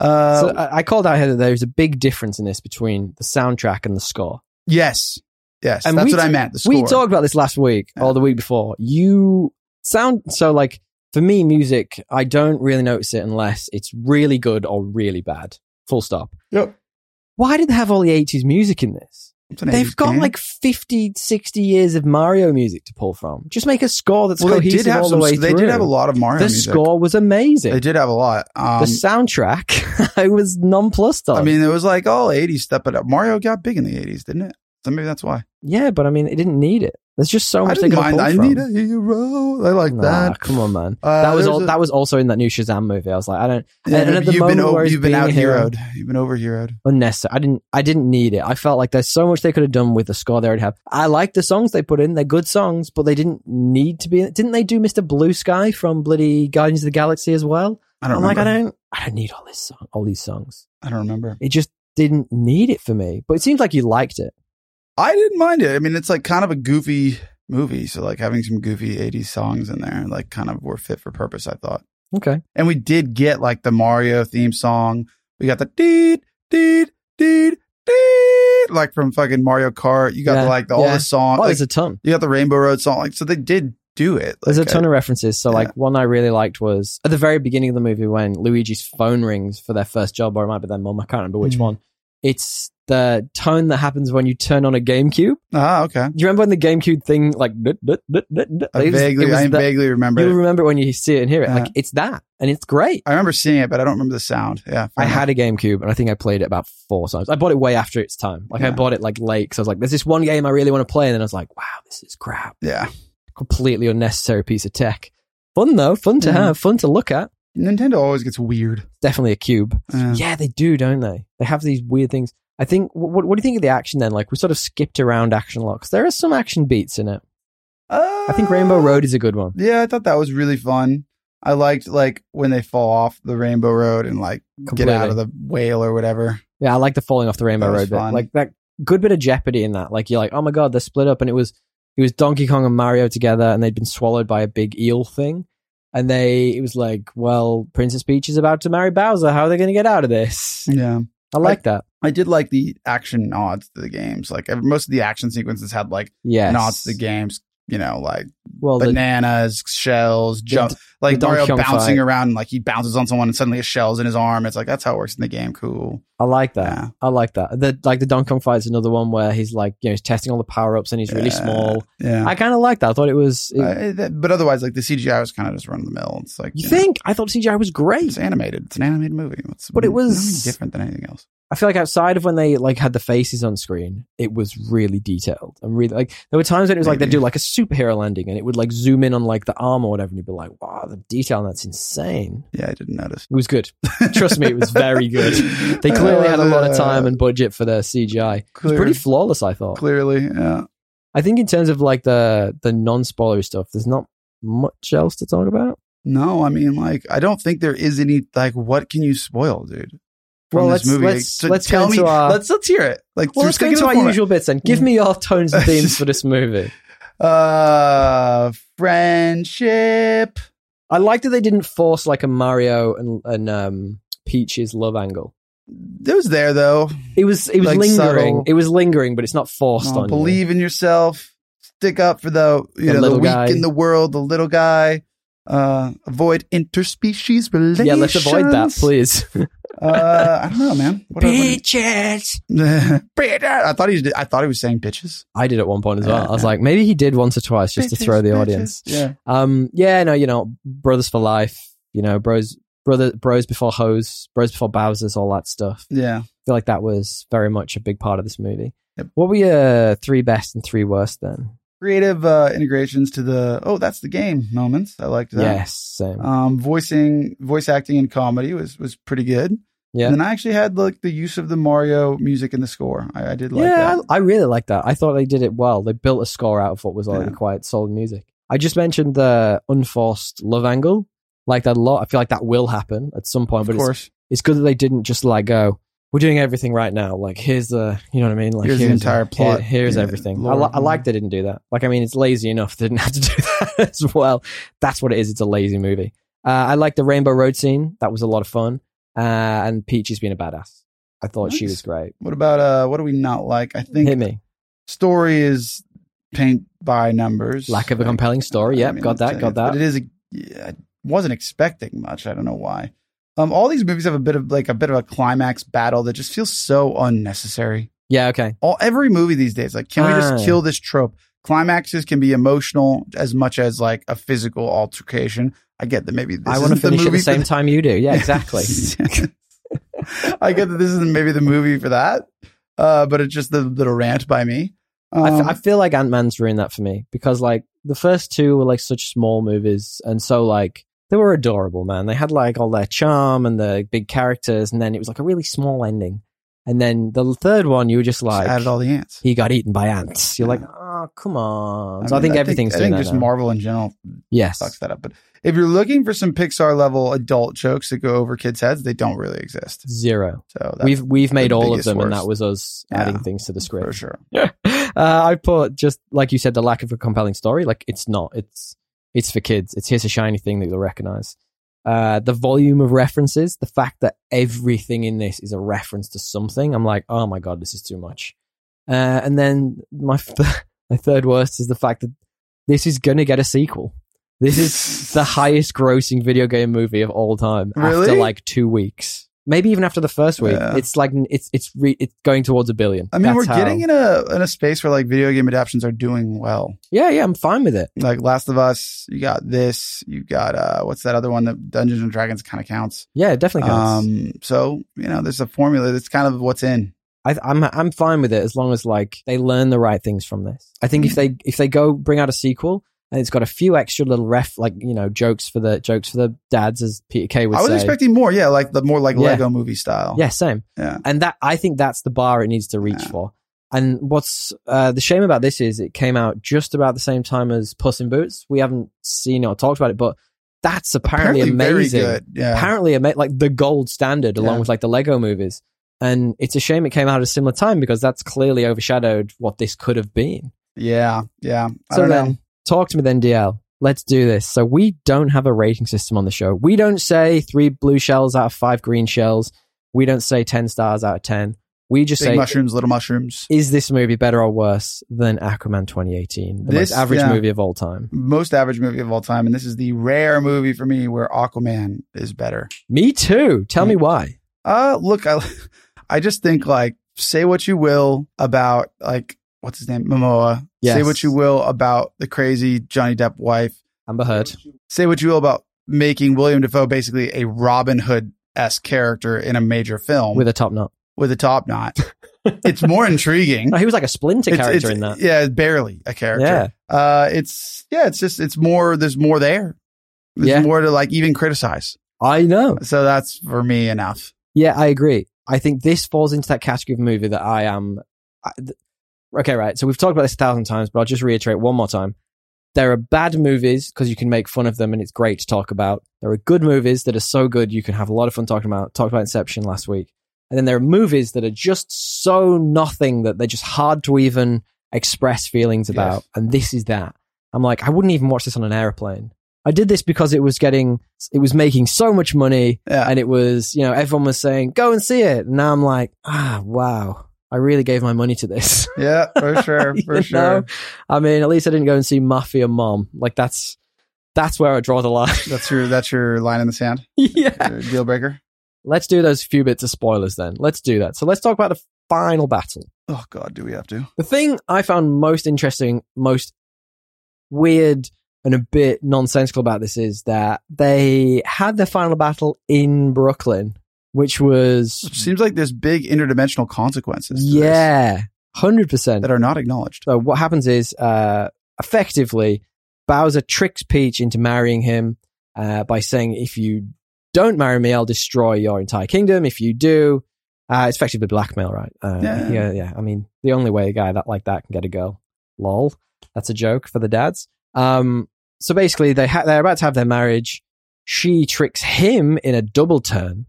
Yeah. Uh, so I, I called out here that there's a big difference in this between the soundtrack and the score. yes, yes, And that's we what I t- meant. The We score. talked about this last week Yeah. or the week before. You sound so like for me, music, I don't really notice it unless it's really good or really bad. Full stop. Yep. Why did they have all the 80s music in this? It's an 80s They've got game. like 50, 60 years of Mario music to pull from. Just make a score that's well, they cohesive did have all some. the way They through. did have a lot of The Mario. music. score was amazing. They did have a lot. Um, the soundtrack, I was nonplussed on. I mean, it was like all 80s stuff, but Mario got big in the 80s, didn't it? So maybe that's why. yeah, but I mean, it didn't need it. There's just so I much they didn't could mind. pull I from. need a hero. I like Nah, that. come on, man. Uh, that was there's all. a- that was also in that new Shazam movie. I was like, I don't Yeah, and at the you've been moment where over, he's you've been being a out hero- heroed. You've been over heroed. unnecessary. I didn't. I didn't need it. I felt like there's so much they could have done with the score they already have. I like the songs they put in. They're good songs, but they didn't need to be. Didn't they do Mr. Blue Sky from bloody Guardians of the Galaxy as well? I don't I'm remember. like, I I, don't, I don't need all this song, all these songs. don't remember. It just didn't need it for me. But it seems like you liked it. I didn't mind it. I mean, it's like kind of a goofy movie. So like having some goofy 80s songs in there, like kind of were fit for purpose, I thought. Okay. And we did get like the Mario theme song. We got the deed, deed, deed, deed, like from fucking Mario Kart. You got Yeah, like the, all yeah. the song. Oh, like, there's a ton. You got the Rainbow Road song, like so they did do it. There's a Like, ton of references. So, like, yeah. one I really liked was at the very beginning of the movie when Luigi's phone rings for their first job, or it might be their mum. I can't remember which Mhm. one. It's the tone that happens when you turn on a GameCube. I- ah, okay. Do you remember when the GameCube thing, like, dut, dut, dut, dut, dut? I It was- vaguely, it was I that- vaguely remember. You'll it. Uh-huh. remember it when you see it and hear it. Yeah. Like, it's that, and it's great. I remember seeing it, but I don't remember the sound. Yeah, I had a GameCube and I think I played it about four times. I bought it way after its time. Like I Yeah. bought it like late because I was like, "There's this one game I really want to play," and then I was like, "Wow, this is crap! Yeah, Completely unnecessary piece of tech. Fun though, fun to Mhm. have, fun to look at. Nintendo always gets weird. Definitely a cube. Yeah. Yeah, they do, don't they? They have these weird things. I think. What, what do you think of the action then? Like we sort of skipped around action lots. There are some action beats in it. I think Rainbow Road is a good one. Uh, Yeah, I thought that was really fun. I liked like when they fall off the Rainbow Road and like Completely. get out of the whale or whatever. Yeah, I like the falling off the rainbow That was road bit. fun. Like that good bit of jeopardy in that. Like you're like, oh my god, they're split up, and it was it was Donkey Kong and Mario together, and they'd been swallowed by a big eel thing, and they it was like, well, Princess Peach is about to marry Bowser. How are they going to get out of this? Yeah, I like that. I did like the action nods to the games. Like ev- most of the action sequences had like Yes, nods to the games. You know, like Well, the, bananas, shells, jump, like the Donkey Mario Kong bouncing fight. around, and, like he bounces on someone and suddenly a shell's in his arm. It's like that's how it works in the game. Cool. I like that. Yeah. I like that. The like the Donkey Kong fight is another one where he's like, you know, he's testing all the power ups, and he's really Yeah. small. Yeah. I kind of like that. I thought it was. it- Uh, that- but otherwise, like the CGI was kind of just run of the mill. It's like you know, think? I thought CGI was great. it's animated. It's an animated movie. It's But it nothing was- different than anything else. I feel like outside of when they like had the faces on screen, it was really detailed and really like there were times when it was like they Maybe. do like a superhero landing and it would like zoom in on like the arm or whatever, and you'd be like, "Wow, the detail on that's insane." Yeah, I didn't notice. It was good. Trust me, it was very good. They clearly had a lot of time and budget for their CGI. It was Uh, Clear- pretty flawless, I thought. clearly, yeah. I think in terms of like the the non spoilery stuff, there's not much else to talk about. No, I mean, like, I don't think there is any like. What can you spoil, dude? From Well, this let's- movie, let's- Like, let's go tell me. into our- let's let's hear it. Like, Well, we're let's go sticking into to our the format. usual bits then. Give me your tones and themes for this movie. Uh, friendship. I like that they didn't force like a Mario and and um, Peach's love angle. It was there though. It was it was Like lingering. subtle. It was lingering, but it's not forced No, on eh? believe in yourself. Stick up for the The you know the little weak guy. in the world, the little guy. Uh, avoid interspecies you. relations. Yeah, let's avoid that, please. Uh, I don't know, man. What Bitches. Bitch. I thought he. I thought he was saying bitches. I did at one point as well. Yeah, I was like, maybe he did once or twice just to Bitches, throw the bitches. audience. Yeah. Um, yeah, no, you know, brothers for life. You know, bros, brother, bros before hoes, bros before Bowser's, all that stuff. Yeah. I feel like that was very much a big part of this movie. Yep. What were your three best and three worst then? Creative uh, integrations to the oh, that's the game moments. I liked that. Yes, same. Um, voicing, voice acting, and comedy was was pretty good. Yeah. And then I actually had like the use of the Mario music in the score. I, I did like yeah, that. I, I really like that. I thought they did it well. They built a score out of what was already Yeah. quite solid music. I just mentioned the unforced love angle. Like that a lot. I feel like that will happen at some point, Of but it's, course, it's good that they didn't just like go, we're doing everything right now. Like, here's the, you know what I mean? Like, Here's the entire here- plot. here's Yeah, everything. I, lore. li- I like they didn't do that. Like, I mean, it's lazy enough. They didn't have to do that as well. That's what it is. It's a lazy movie. Uh, I like the Rainbow Road scene. That was a lot of fun. Uh, and Peachy's been a badass. I thought she Nice. was great. What about uh? What do we not like? I think Hit me. story is paint by numbers. Lack of a Like, compelling story. Yep, I mean, got that, got But it that. is. A, yeah, I wasn't expecting much. I don't know why. Um, all these movies have a bit of like a bit of a climax battle that just feels so unnecessary. Yeah, okay. All every movie these days, like, can we Ah. just kill this trope? Climaxes can be emotional as much as like a physical altercation. I get that maybe this I want to isn't finish the at movie the for same that. time you do. Yeah, exactly. I get that this isn't maybe the movie for that, uh, but it's just the little rant by me. Um, I f- I feel like Ant Man's ruined that for me because like the first two were like such small movies, and so like they were adorable, man. They had like all their charm and the big characters, and then it was like a really small ending. And then the third one, you were just just like, added all the ants. he got eaten by ants. You're Yeah. like, oh come on. mean, So I, think everything's I doing think that. just now. Marvel in general fucks yes, that up. But if you're looking for some Pixar level adult jokes that go over kids' heads, they don't really exist. zero. So that's We've we've made all of biggest them, and worst. that was us Yeah. adding things to the script. for sure. uh, I put just like you said, the lack of a compelling story. Like it's not. It's it's for kids. It's here's a shiny thing that you'll recognize. Uh, the volume of references, the fact that everything in this is a reference to something. I'm like, oh my god, this is too much. Uh, and then my th- my third worst is the fact that this is gonna get a sequel. This is the highest grossing video game movie of all time after Really? like two weeks, maybe even after the first week. Yeah. It's like it's it's re- it's going towards a billion. I mean, That's we're how- getting in a in a space where like video game adaptations are doing well. yeah, yeah, I'm fine with it. Like Last of Us, you got this, you got uh, what's that other one that Dungeons and Dragons kind of counts. Yeah, it definitely counts. Um, so you know, there's a formula that's kind of what's in. I, I'm I'm fine with it as long as like they learn the right things from this. I Mm. think if they if they go bring out a sequel and it's got a few extra little ref like you know jokes for the jokes for the dads as Peter Kay would I was say. expecting more, yeah, like the more like Yeah. Lego movie style. yeah, same. Yeah. And that I think that's the bar it needs to reach Yeah. for. And what's uh, the shame about this is it came out just about the same time as Puss in Boots. We haven't seen or talked about it, but that's apparently, amazing. very good. Yeah. apparently ama- like the gold standard along Yeah. with like the lego movies and it's a shame it came out at a similar time because that's clearly overshadowed what this could have been yeah, yeah. I so don't then know. talk to me then dl let's do this so we don't have a rating system on the show we don't say three blue shells out of five green shells we don't say 10 stars out of 10 we just Big say mushrooms, little mushrooms. is this movie better or worse than aquaman 2018 the This- most average yeah. movie of all time most average movie of all time, and this is the rare movie for me where Aquaman is better. me too tell me why Uh, look, I, I just think like say what you will about like what's his name Momoa. Yes. Say what you will about the crazy Johnny Depp wife. amber heard Say what you will about making William Defoe basically a Robin Hood esque character in a major film with with a, a top knot top knot. it's more intriguing. no, he was like a splinter It's- character it's- in that Yeah, barely a character. yeah Uh, it's yeah, it's just it's more. There's more there. There's Yeah. more to like even criticize. i know So that's for me enough. Yeah, I agree. I think this falls into that category of movie that I am. I- th- Okay, right. So we've talked about this a thousand times, but I'll just reiterate one more time. There are bad movies because you can make fun of them and it's great to talk about. There are good movies that are so good you can have a lot of fun talking about. Talked about Inception last week. And then there are movies that are just so nothing that they're just hard to even express feelings Yes. about. And this is that. I'm like, I wouldn't even watch this on an airplane. I did this because it was getting, it was making so much money Yeah. and it was you know everyone was saying go and see it and now i'm like ah wow i really gave my money to this yeah, for sure. You For know? sure. i mean at least i didn't go and see mafia mom like that's that's where i draw the line That's your that's your line in the sand. yeah Your deal breaker. Let's do those few bits of spoilers then. Let's do that. So let's talk about the final battle. Oh God, do we have to? The thing I found most interesting, most weird, and a bit nonsensical about this is that they had their final battle in Brooklyn, which was Seems like there's big interdimensional consequences. to this yeah, hundred percent. that are not acknowledged. So what happens is, uh, effectively, Bowser tricks Peach into marrying him uh, by saying, "If you don't marry me, I'll destroy your entire kingdom. If you do, uh, it's effectively blackmail, right? Uh, Yeah. yeah, yeah. I mean, the only way a guy that like that can get a girl. Lol, that's a joke for the dads. Um, so basically, they ha- they're about to have their marriage. She tricks him in a double turn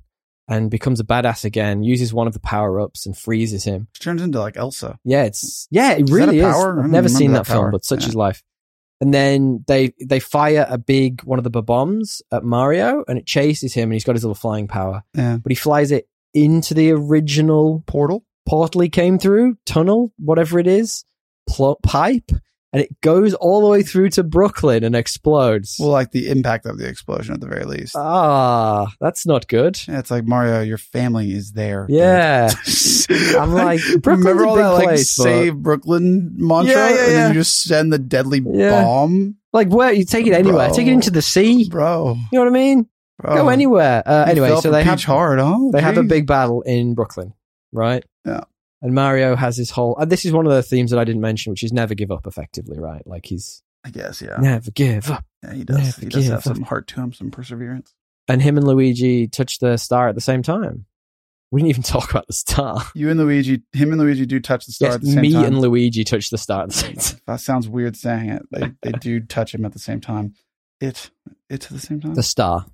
and becomes a badass again. Uses one of the power ups and freezes him. She turns into like Elsa. Yeah, it's yeah, it Is that really a is. power? I've I don't never remember seen that, that film, power. but such Yeah. is life. And then they they fire a big one of the bombs at Mario, and it chases him, and he's got his little flying power, Yeah. but he flies it into the original Portal. portal he came through, tunnel, whatever it is, pl- pipe, and it goes all the way through to Brooklyn and explodes. Well, like the impact of the explosion at the very least. ah, that's not good. Yeah, it's like Mario, your family is there. dude. Yeah, I'm like, Brooklyn's remember a all big that like place, but- save Brooklyn mantra, Yeah, yeah, and yeah. then you just send the deadly Yeah. bomb, like where you take it anywhere, Bro. take it into the sea. bro. You know what I mean? bro. Go anywhere. Uh, You anyway, Oh. fell so for they Peach have hard, huh? they have a Jeez. big battle in Brooklyn, right? Yeah. And Mario has his whole. And this is one of the themes that I didn't mention, which is never give up. Effectively, right? Like he's I guess, yeah. never give up. Yeah, he does. He does Yeah, have some heart to him, some perseverance. And him and Luigi touch the star at the same time. We didn't even talk about the star. You and Luigi, him and Luigi do touch the star Yes, at the same me time. and Luigi touch the star at the same time. that sounds weird saying it. They they do touch him at the same time. It it's at the same time, The star.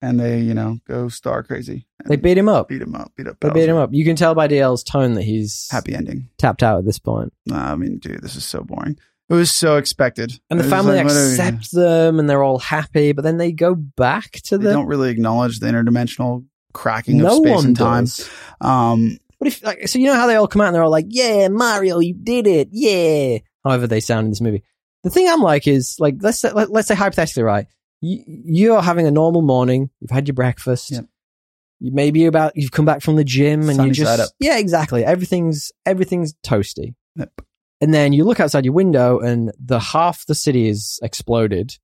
and they you know go star crazy. And They beat him up. beat him up, beat up, They beat him up. You can tell by DL's tone that he's Happy ending. tapped out at this point. Nah, I mean, dude, this is so boring. It was so expected, And the It was family like, what are we- accepts them, and they're all happy. But then they go back to They the. don't really acknowledge the interdimensional cracking no of space one and time. does. Um, But if like, so, you know how they all come out and they're all like, "Yeah, Mario, you did it! Yeah." However, they sound in this movie. The thing I'm like is like let's say, let, let's say hypothetically, right? You, you're having a normal morning. You've had your breakfast. Yep. You maybe about you've come back from the gym and Sunny you just side up. yeah, exactly. Everything's everything's toasty. Yep. And then you look outside your window and the half the city is exploded,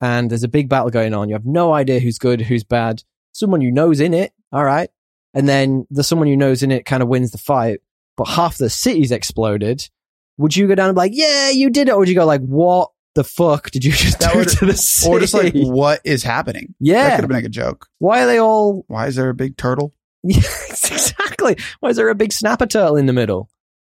and there's a big battle going on. You have no idea who's good, who's bad. Someone you know's in it. All right and then the someone you know's in it kind of wins the fight, but half the city's exploded, would you go down and be like, "Yeah, you did it," or would you go like, "What the fuck did you just That do would- to the city?" or just like, what is happening? That yeah, could have been like a joke. why are they all? Why is there a big turtle? Yes, exactly. Why is there a big snapper turtle in the middle?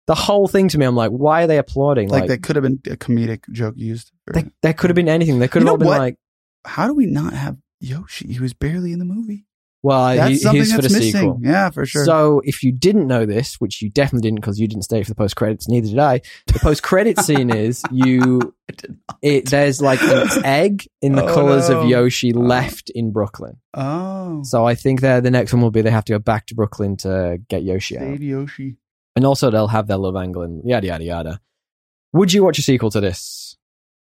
The whole thing to me, I'm like, why are they applauding? Like, Like, that could have been a comedic joke used. for- they, there could have been anything. They could You have know all been what? like, How do we not have Yoshi? He was barely in the movie. "Well, That's Uh, he, something he's for that's the missing. sequel." Yeah, for sure. So if you didn't know this, which you definitely didn't because you didn't stay for the post credits, neither did I. The post credit scene is you. It, there's like an egg in the Oh, colors no. of Yoshi Oh. left in Brooklyn. oh, So I think that the next one will be they have to go back to Brooklyn to get Yoshi out, Save Yoshi. and also they'll have their love angle and yada yada yada. Would you watch a sequel to this?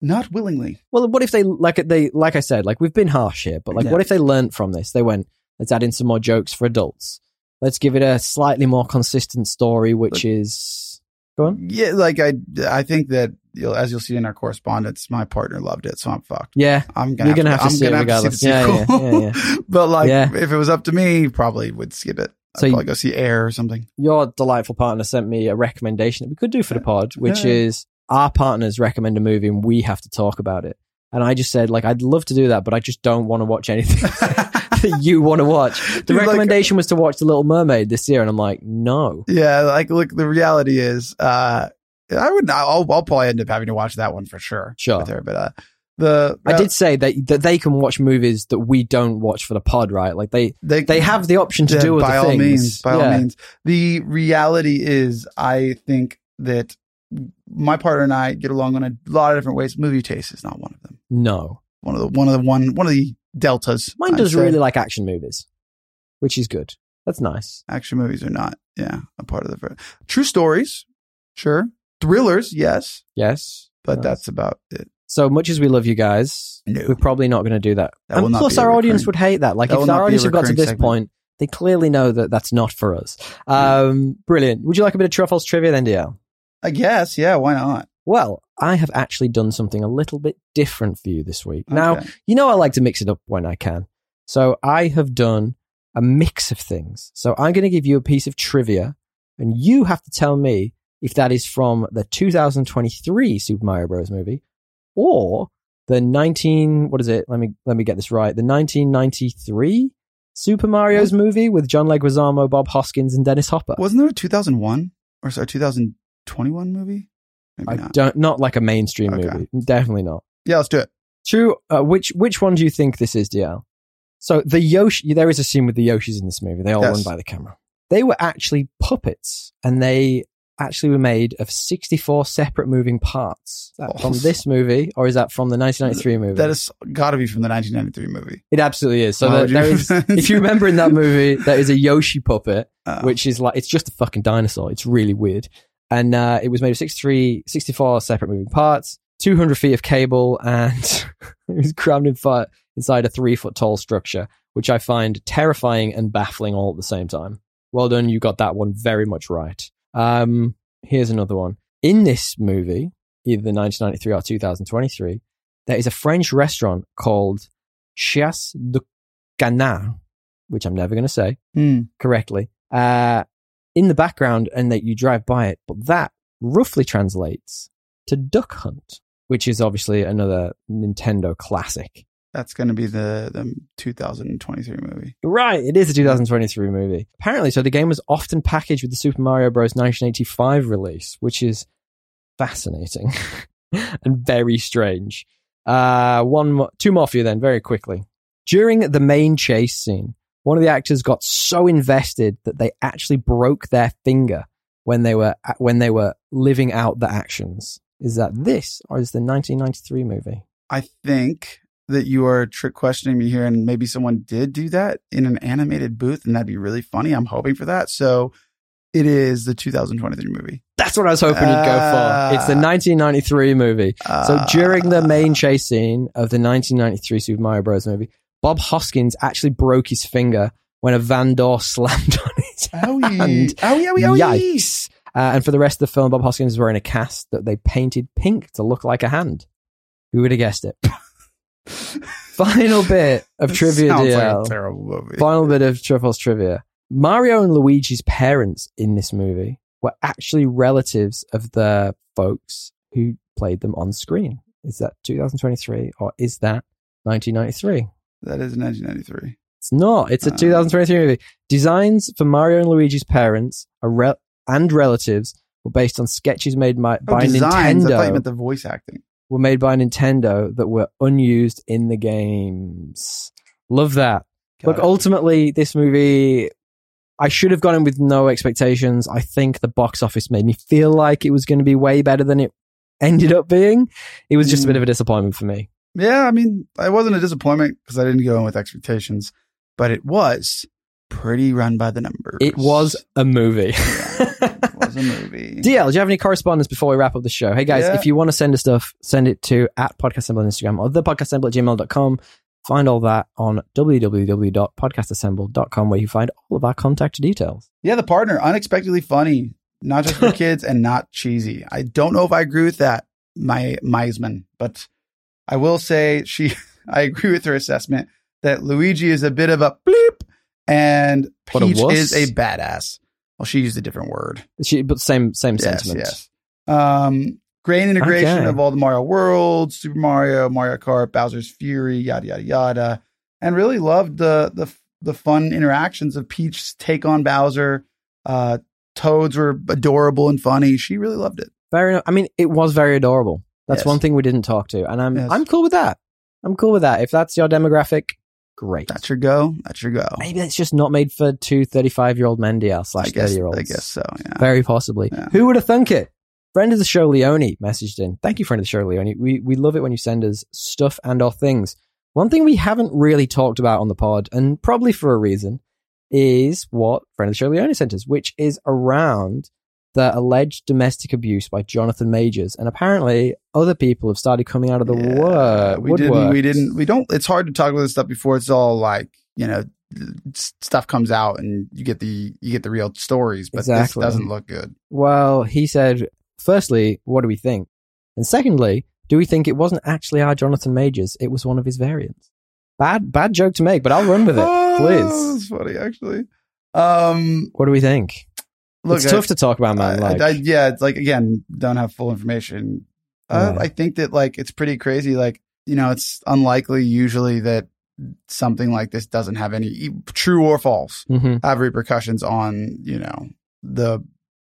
Not willingly. Well, what if they like they like I said, like we've been harsh here, but like Yeah. what if they learnt from this? They went, let's add in some more jokes for adults. Let's give it a slightly more consistent story, which is go on. Yeah, like I, I think that you'll, as you'll see in our correspondence, my partner loved it, so I'm fucked. Yeah, I'm gonna you're gonna have to I'm see it gonna have to regardless. see yeah, the yeah, sequel. yeah, yeah. but like, Yeah. if it was up to me, probably would skip it. I'd So you- probably go see Air or something. your delightful partner sent me a recommendation that we could do for the pod, which Yeah. is our partners recommend a movie and we have to talk about it. And I just said, like, I'd love to do that, but I just don't want to watch anything that you want to watch. The Dude, like- recommendation was to watch The Little Mermaid this year, and I'm like, no. Yeah, like look, the reality is, uh, I would not. I'll, I'll probably end up having to watch that one for sure. Sure. with her, but uh, the I did say that that they can watch movies that we don't watch for the pod, right? Like they they have the option to Yeah, do other by all things. means by Yeah. all means the reality is i think that my partner and i get along on a lot of different ways movie taste is not one of them No, one of the one of the one one of the deltas mine I'd does say. really like action movies, which is good. That's nice. action movies are not yeah a part of the ver- true stories sure thrillers yes Yes, but Nice. that's about it So much as we love you guys, No. we're probably not going to do that. That will and not plus, be a our audience recurring- would hate that. Like, that if will not our be a audience had got to recurring this segment. point, They clearly know that that's not for us. Um, brilliant. Would you like a bit of truffles trivia then, DL? I guess. Yeah. Why not? Well, I have actually done something a little bit different for you this week. Now, Okay. you know I like to mix it up when I can. So I have done a mix of things. So I'm going to give you a piece of trivia and you have to tell me if that is from the 2023 Super Mario Bros movie or the 19 what is it? Let me let me get this right. The 1993 Super Mario's movie with John Leguizamo, Bob Hoskins and Dennis Hopper. wasn't there a 2001 or sorry, 2021 movie? Maybe I not. don't not like a mainstream Okay. movie. Definitely not. Yeah, let's do it. True. Uh, which which one do you think this is, DL? So the Yoshi, there is a scene with the Yoshis in this movie. They all Yes. run by the camera. They were actually puppets, and they actually were made of sixty-four separate moving parts. Is that from Oh. this movie, or is that from the nineteen ninety-three movie? That has got to be from the 1993 movie. it absolutely is. So Why there, would you there do is. that? If you remember in that movie, there is a Yoshi puppet Uh, which is like it's just a fucking dinosaur. It's really weird. And uh, it was made of 63, 64 separate moving parts, 200 feet of cable, and it was crammed in fi- inside a three foot tall structure, which I find terrifying and baffling all at the same time. Well done, you got that one very much right. Um, here's another one. In this movie, either 1993 or 2023, there is a French restaurant called Chasse de Canard, which I'm never going to say Hmm. correctly uh, in the background and that you drive by it. But that roughly translates to Duck Hunt, which is obviously another Nintendo classic. That's going to be the, the 2023 movie. Right, it is a 2023 movie. Apparently, so the game was often packaged with the Super Mario Bros. 1985 release, which is fascinating and very strange. Uh, one, mo- two more for you then, very quickly. During the main chase scene, one of the actors got so invested that they actually broke their finger when they were when they were living out the actions. Is that this or is the 1993 movie? I think that you are trick questioning me here, and maybe someone did do that in an animated booth, and that'd be really funny. I'm hoping for that. So it is the 2023 movie. That's what I was hoping you'd go for. It's the Ah. 1993 movie. So Uh, during the main chase scene of the 1993 Super Mario Bros. movie, Bob Hoskins actually broke his finger when a van door slammed on his Owie. hand. Owie, owie, owie. Yikes! Uh, and for the rest of the film, Bob Hoskins was wearing a cast that they painted pink to look like a hand. Who would have guessed it? Final bit of That trivia, sounds DL. like a terrible movie. Final bit of Truffles trivia. Mario and Luigi's parents in this movie were actually relatives of the folks who played them on screen. Is that 2023 or is that 1993? That is 1993. It's not. It's a Uh. 2023 movie. Designs for Mario and Luigi's parents are rel and relatives were based on sketches made my- Oh, by designs. I thought you Nintendo. meant the voice acting. were made by Nintendo that were unused in the games. Love that. Got Look, it. ultimately, this movie, I should have gone in with no expectations. I think the box office made me feel like it was going to be way better than it ended up being. It was just a Mm. bit of a disappointment for me. Yeah, I mean, it wasn't a disappointment because I didn't go in with expectations, but it was pretty run by the numbers. It was a movie. It was a movie. DL, do you have any correspondence before we wrap up the show? Hey guys, Yeah. if you want to send us stuff, send it to at podcastassemble on Instagram or thepodcastassemble at gmail.com. Find all that on www.podcastassemble.com where you find all of our contact details. yeah, the partner unexpectedly funny, not just for kids and not cheesy. I don't know if I agree with that, my Meisman, but I will say she. I agree with her assessment that Luigi is a bit of a bleep and What a Peach wuss. is a badass. Well, she used a different word. She, but same same sentiment. Yes, yes. Um, great integration Okay. of all the Mario worlds, Super Mario, Mario Kart, Bowser's Fury, yada yada yada, and really loved the the the fun interactions of Peach's take on Bowser. Uh, Toads were adorable and funny. She really loved it. Very. I mean, it was very adorable. That's Yes. one thing we didn't talk to, and I'm Yes. I'm cool with that. I'm cool with that. If that's your demographic, great. That's your go. That's your go. Maybe that's just not made for two 35 year old men, DL I slash guess. 30 year olds. I guess so. Yeah. Very possibly. Yeah. Who would have thunk it? Friend of the show, Leone, messaged in. Thank you, friend of the show, Leone. We, we love it when you send us stuff and or things. One thing we haven't really talked about on the pod, and probably for a reason, is what friend of the show, Leone sent us, which is around the alleged domestic abuse by Jonathan Majors. And apparently, other people have started coming out of the Yeah, wor- we didn't. woodwork. We didn't. We don't. It's hard to talk about this stuff before it's all like you know s- stuff comes out and you get the you get the real stories. But Exactly. this doesn't look good. Well, he said, firstly, what do we think? And secondly, do we think it wasn't actually our Jonathan Majors? It was one of his variants. Bad, bad joke to make, but I'll run with it. Oh, that's funny, actually. Um, What do we think? look, it's I- tough to talk about, man. I- Like, I- yeah, it's like again, don't have full information. Uh, Yeah. I think that like it's pretty crazy. Like you know, it's unlikely usually that something like this doesn't have any e- true or false Mhm. have repercussions on you know the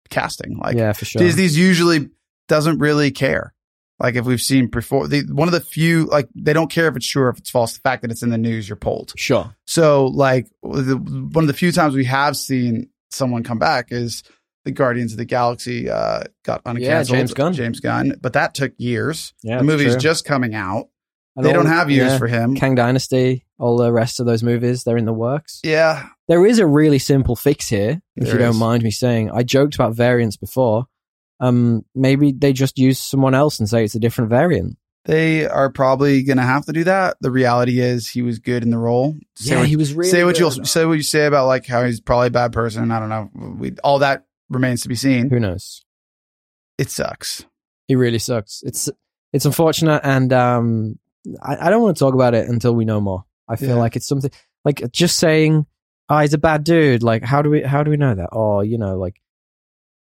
casting. Like yeah, for sure. Disney's usually doesn't really care. Like if we've seen before, the, one of the few like they don't care if it's true or if it's false. The fact that it's in the news, you're polled. sure. So, like, the, one of the few times we have seen someone come back is the Guardians of the Galaxy uh, got uncanceled. Yeah, James Gunn. James Gunn, but that took years. Yeah, the movie's true. just coming out. And they all- don't have years yeah. for him. Kang Dynasty, all the rest of those movies, they're in the works. yeah, There is a really simple fix here, if There you don't is. mind me saying. I joked about variants before. Um, maybe they just use someone else and say it's a different variant. they are probably going to have to do that. The reality is, he was good in the role. Say what, he was really. say what you'll good. say what you say about like how he's probably a bad person. I don't know. We all that remains to be seen. Who knows? It sucks. It really sucks. It's it's unfortunate, and um, I, I don't want to talk about it until we know more. I feel Yeah. like it's something like just saying, "Ah, he's a bad dude." Like, how do we how do we know that? Or you know, like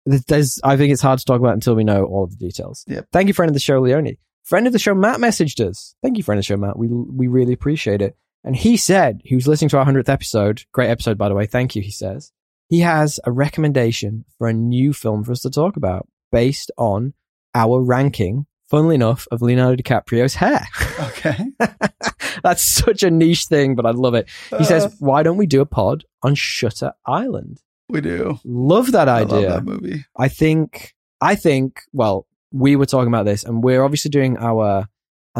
th- there's. I think it's hard to talk about until we know all of the details. Yep. Thank you, friend of the show, Leone. Friend of the show, Matt messaged us. Thank you, friend of the show, Matt. We we really appreciate it. And he said he was listening to our hundredth episode. Great episode, by the way. Thank you. He says he has a recommendation for a new film for us to talk about based on our ranking, funnily enough, of Leonardo DiCaprio's hair. Okay. That's such a niche thing, but I love it. He Uh, says, Why don't we do a pod on Shutter Island? we do. Love that I idea. love that movie. I think I think well, we were talking about this and we're obviously doing our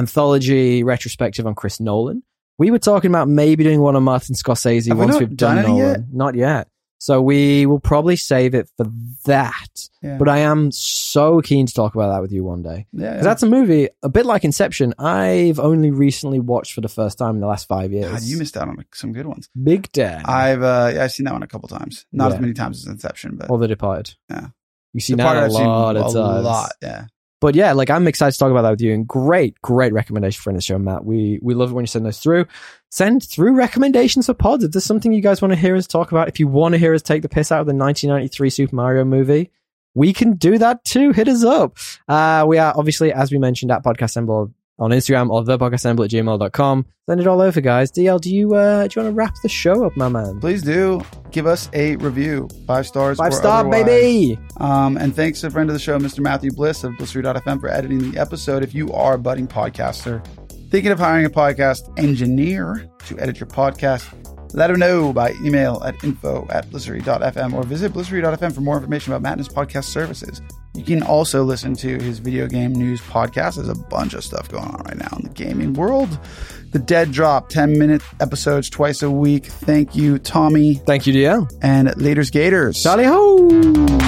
anthology retrospective on Chris Nolan. We were talking about maybe doing one on Martin Scorsese Have we once not have done, done any Nolan. yet? Not yet. So we will probably save it for that. Yeah. But I am so keen to talk about that with you one day. Yeah, yeah. 'Cause that's a movie, a bit like Inception, I've only recently watched for the first time in the last five years. God, you missed out on some good ones. Big Dan I've uh, I've seen that one a couple times. Not Yeah. as many times as Inception, but or The Departed. Yeah. You see The that part a I've seen lot of times. lot. Yeah, But yeah, like I'm excited to talk about that with you. And great, great recommendation for the show, Matt. We we love it when you send those through. Send through recommendations for pods. If there's something you guys want to hear us talk about, if you want to hear us take the piss out of the 1993 Super Mario movie, we can do that too. Hit us up. Uh, we are obviously, as we mentioned, at Podcast Assemble on Instagram or thepodcastassemble at gmail.com. Send it all over, guys. DL, do you uh, do you want to wrap the show up, my man? please do give us a review, five stars, Five or star, otherwise. baby. Um, and thanks to a friend of the show, Mr. Matthew Bliss of Blister.fm, for editing the episode. If you are a budding podcaster thinking of hiring a podcast engineer to edit your podcast, let him know by email at info at blistery.fm or visit blistery.fm for more information about Matt and his podcast services. You can also listen to his video game news podcast. There's a bunch of stuff going on right now in the gaming world. The Dead Drop, 10 minute episodes twice a week. Thank you, Tommy, Thank you, DL. and Laters Gators. Charlie Ho.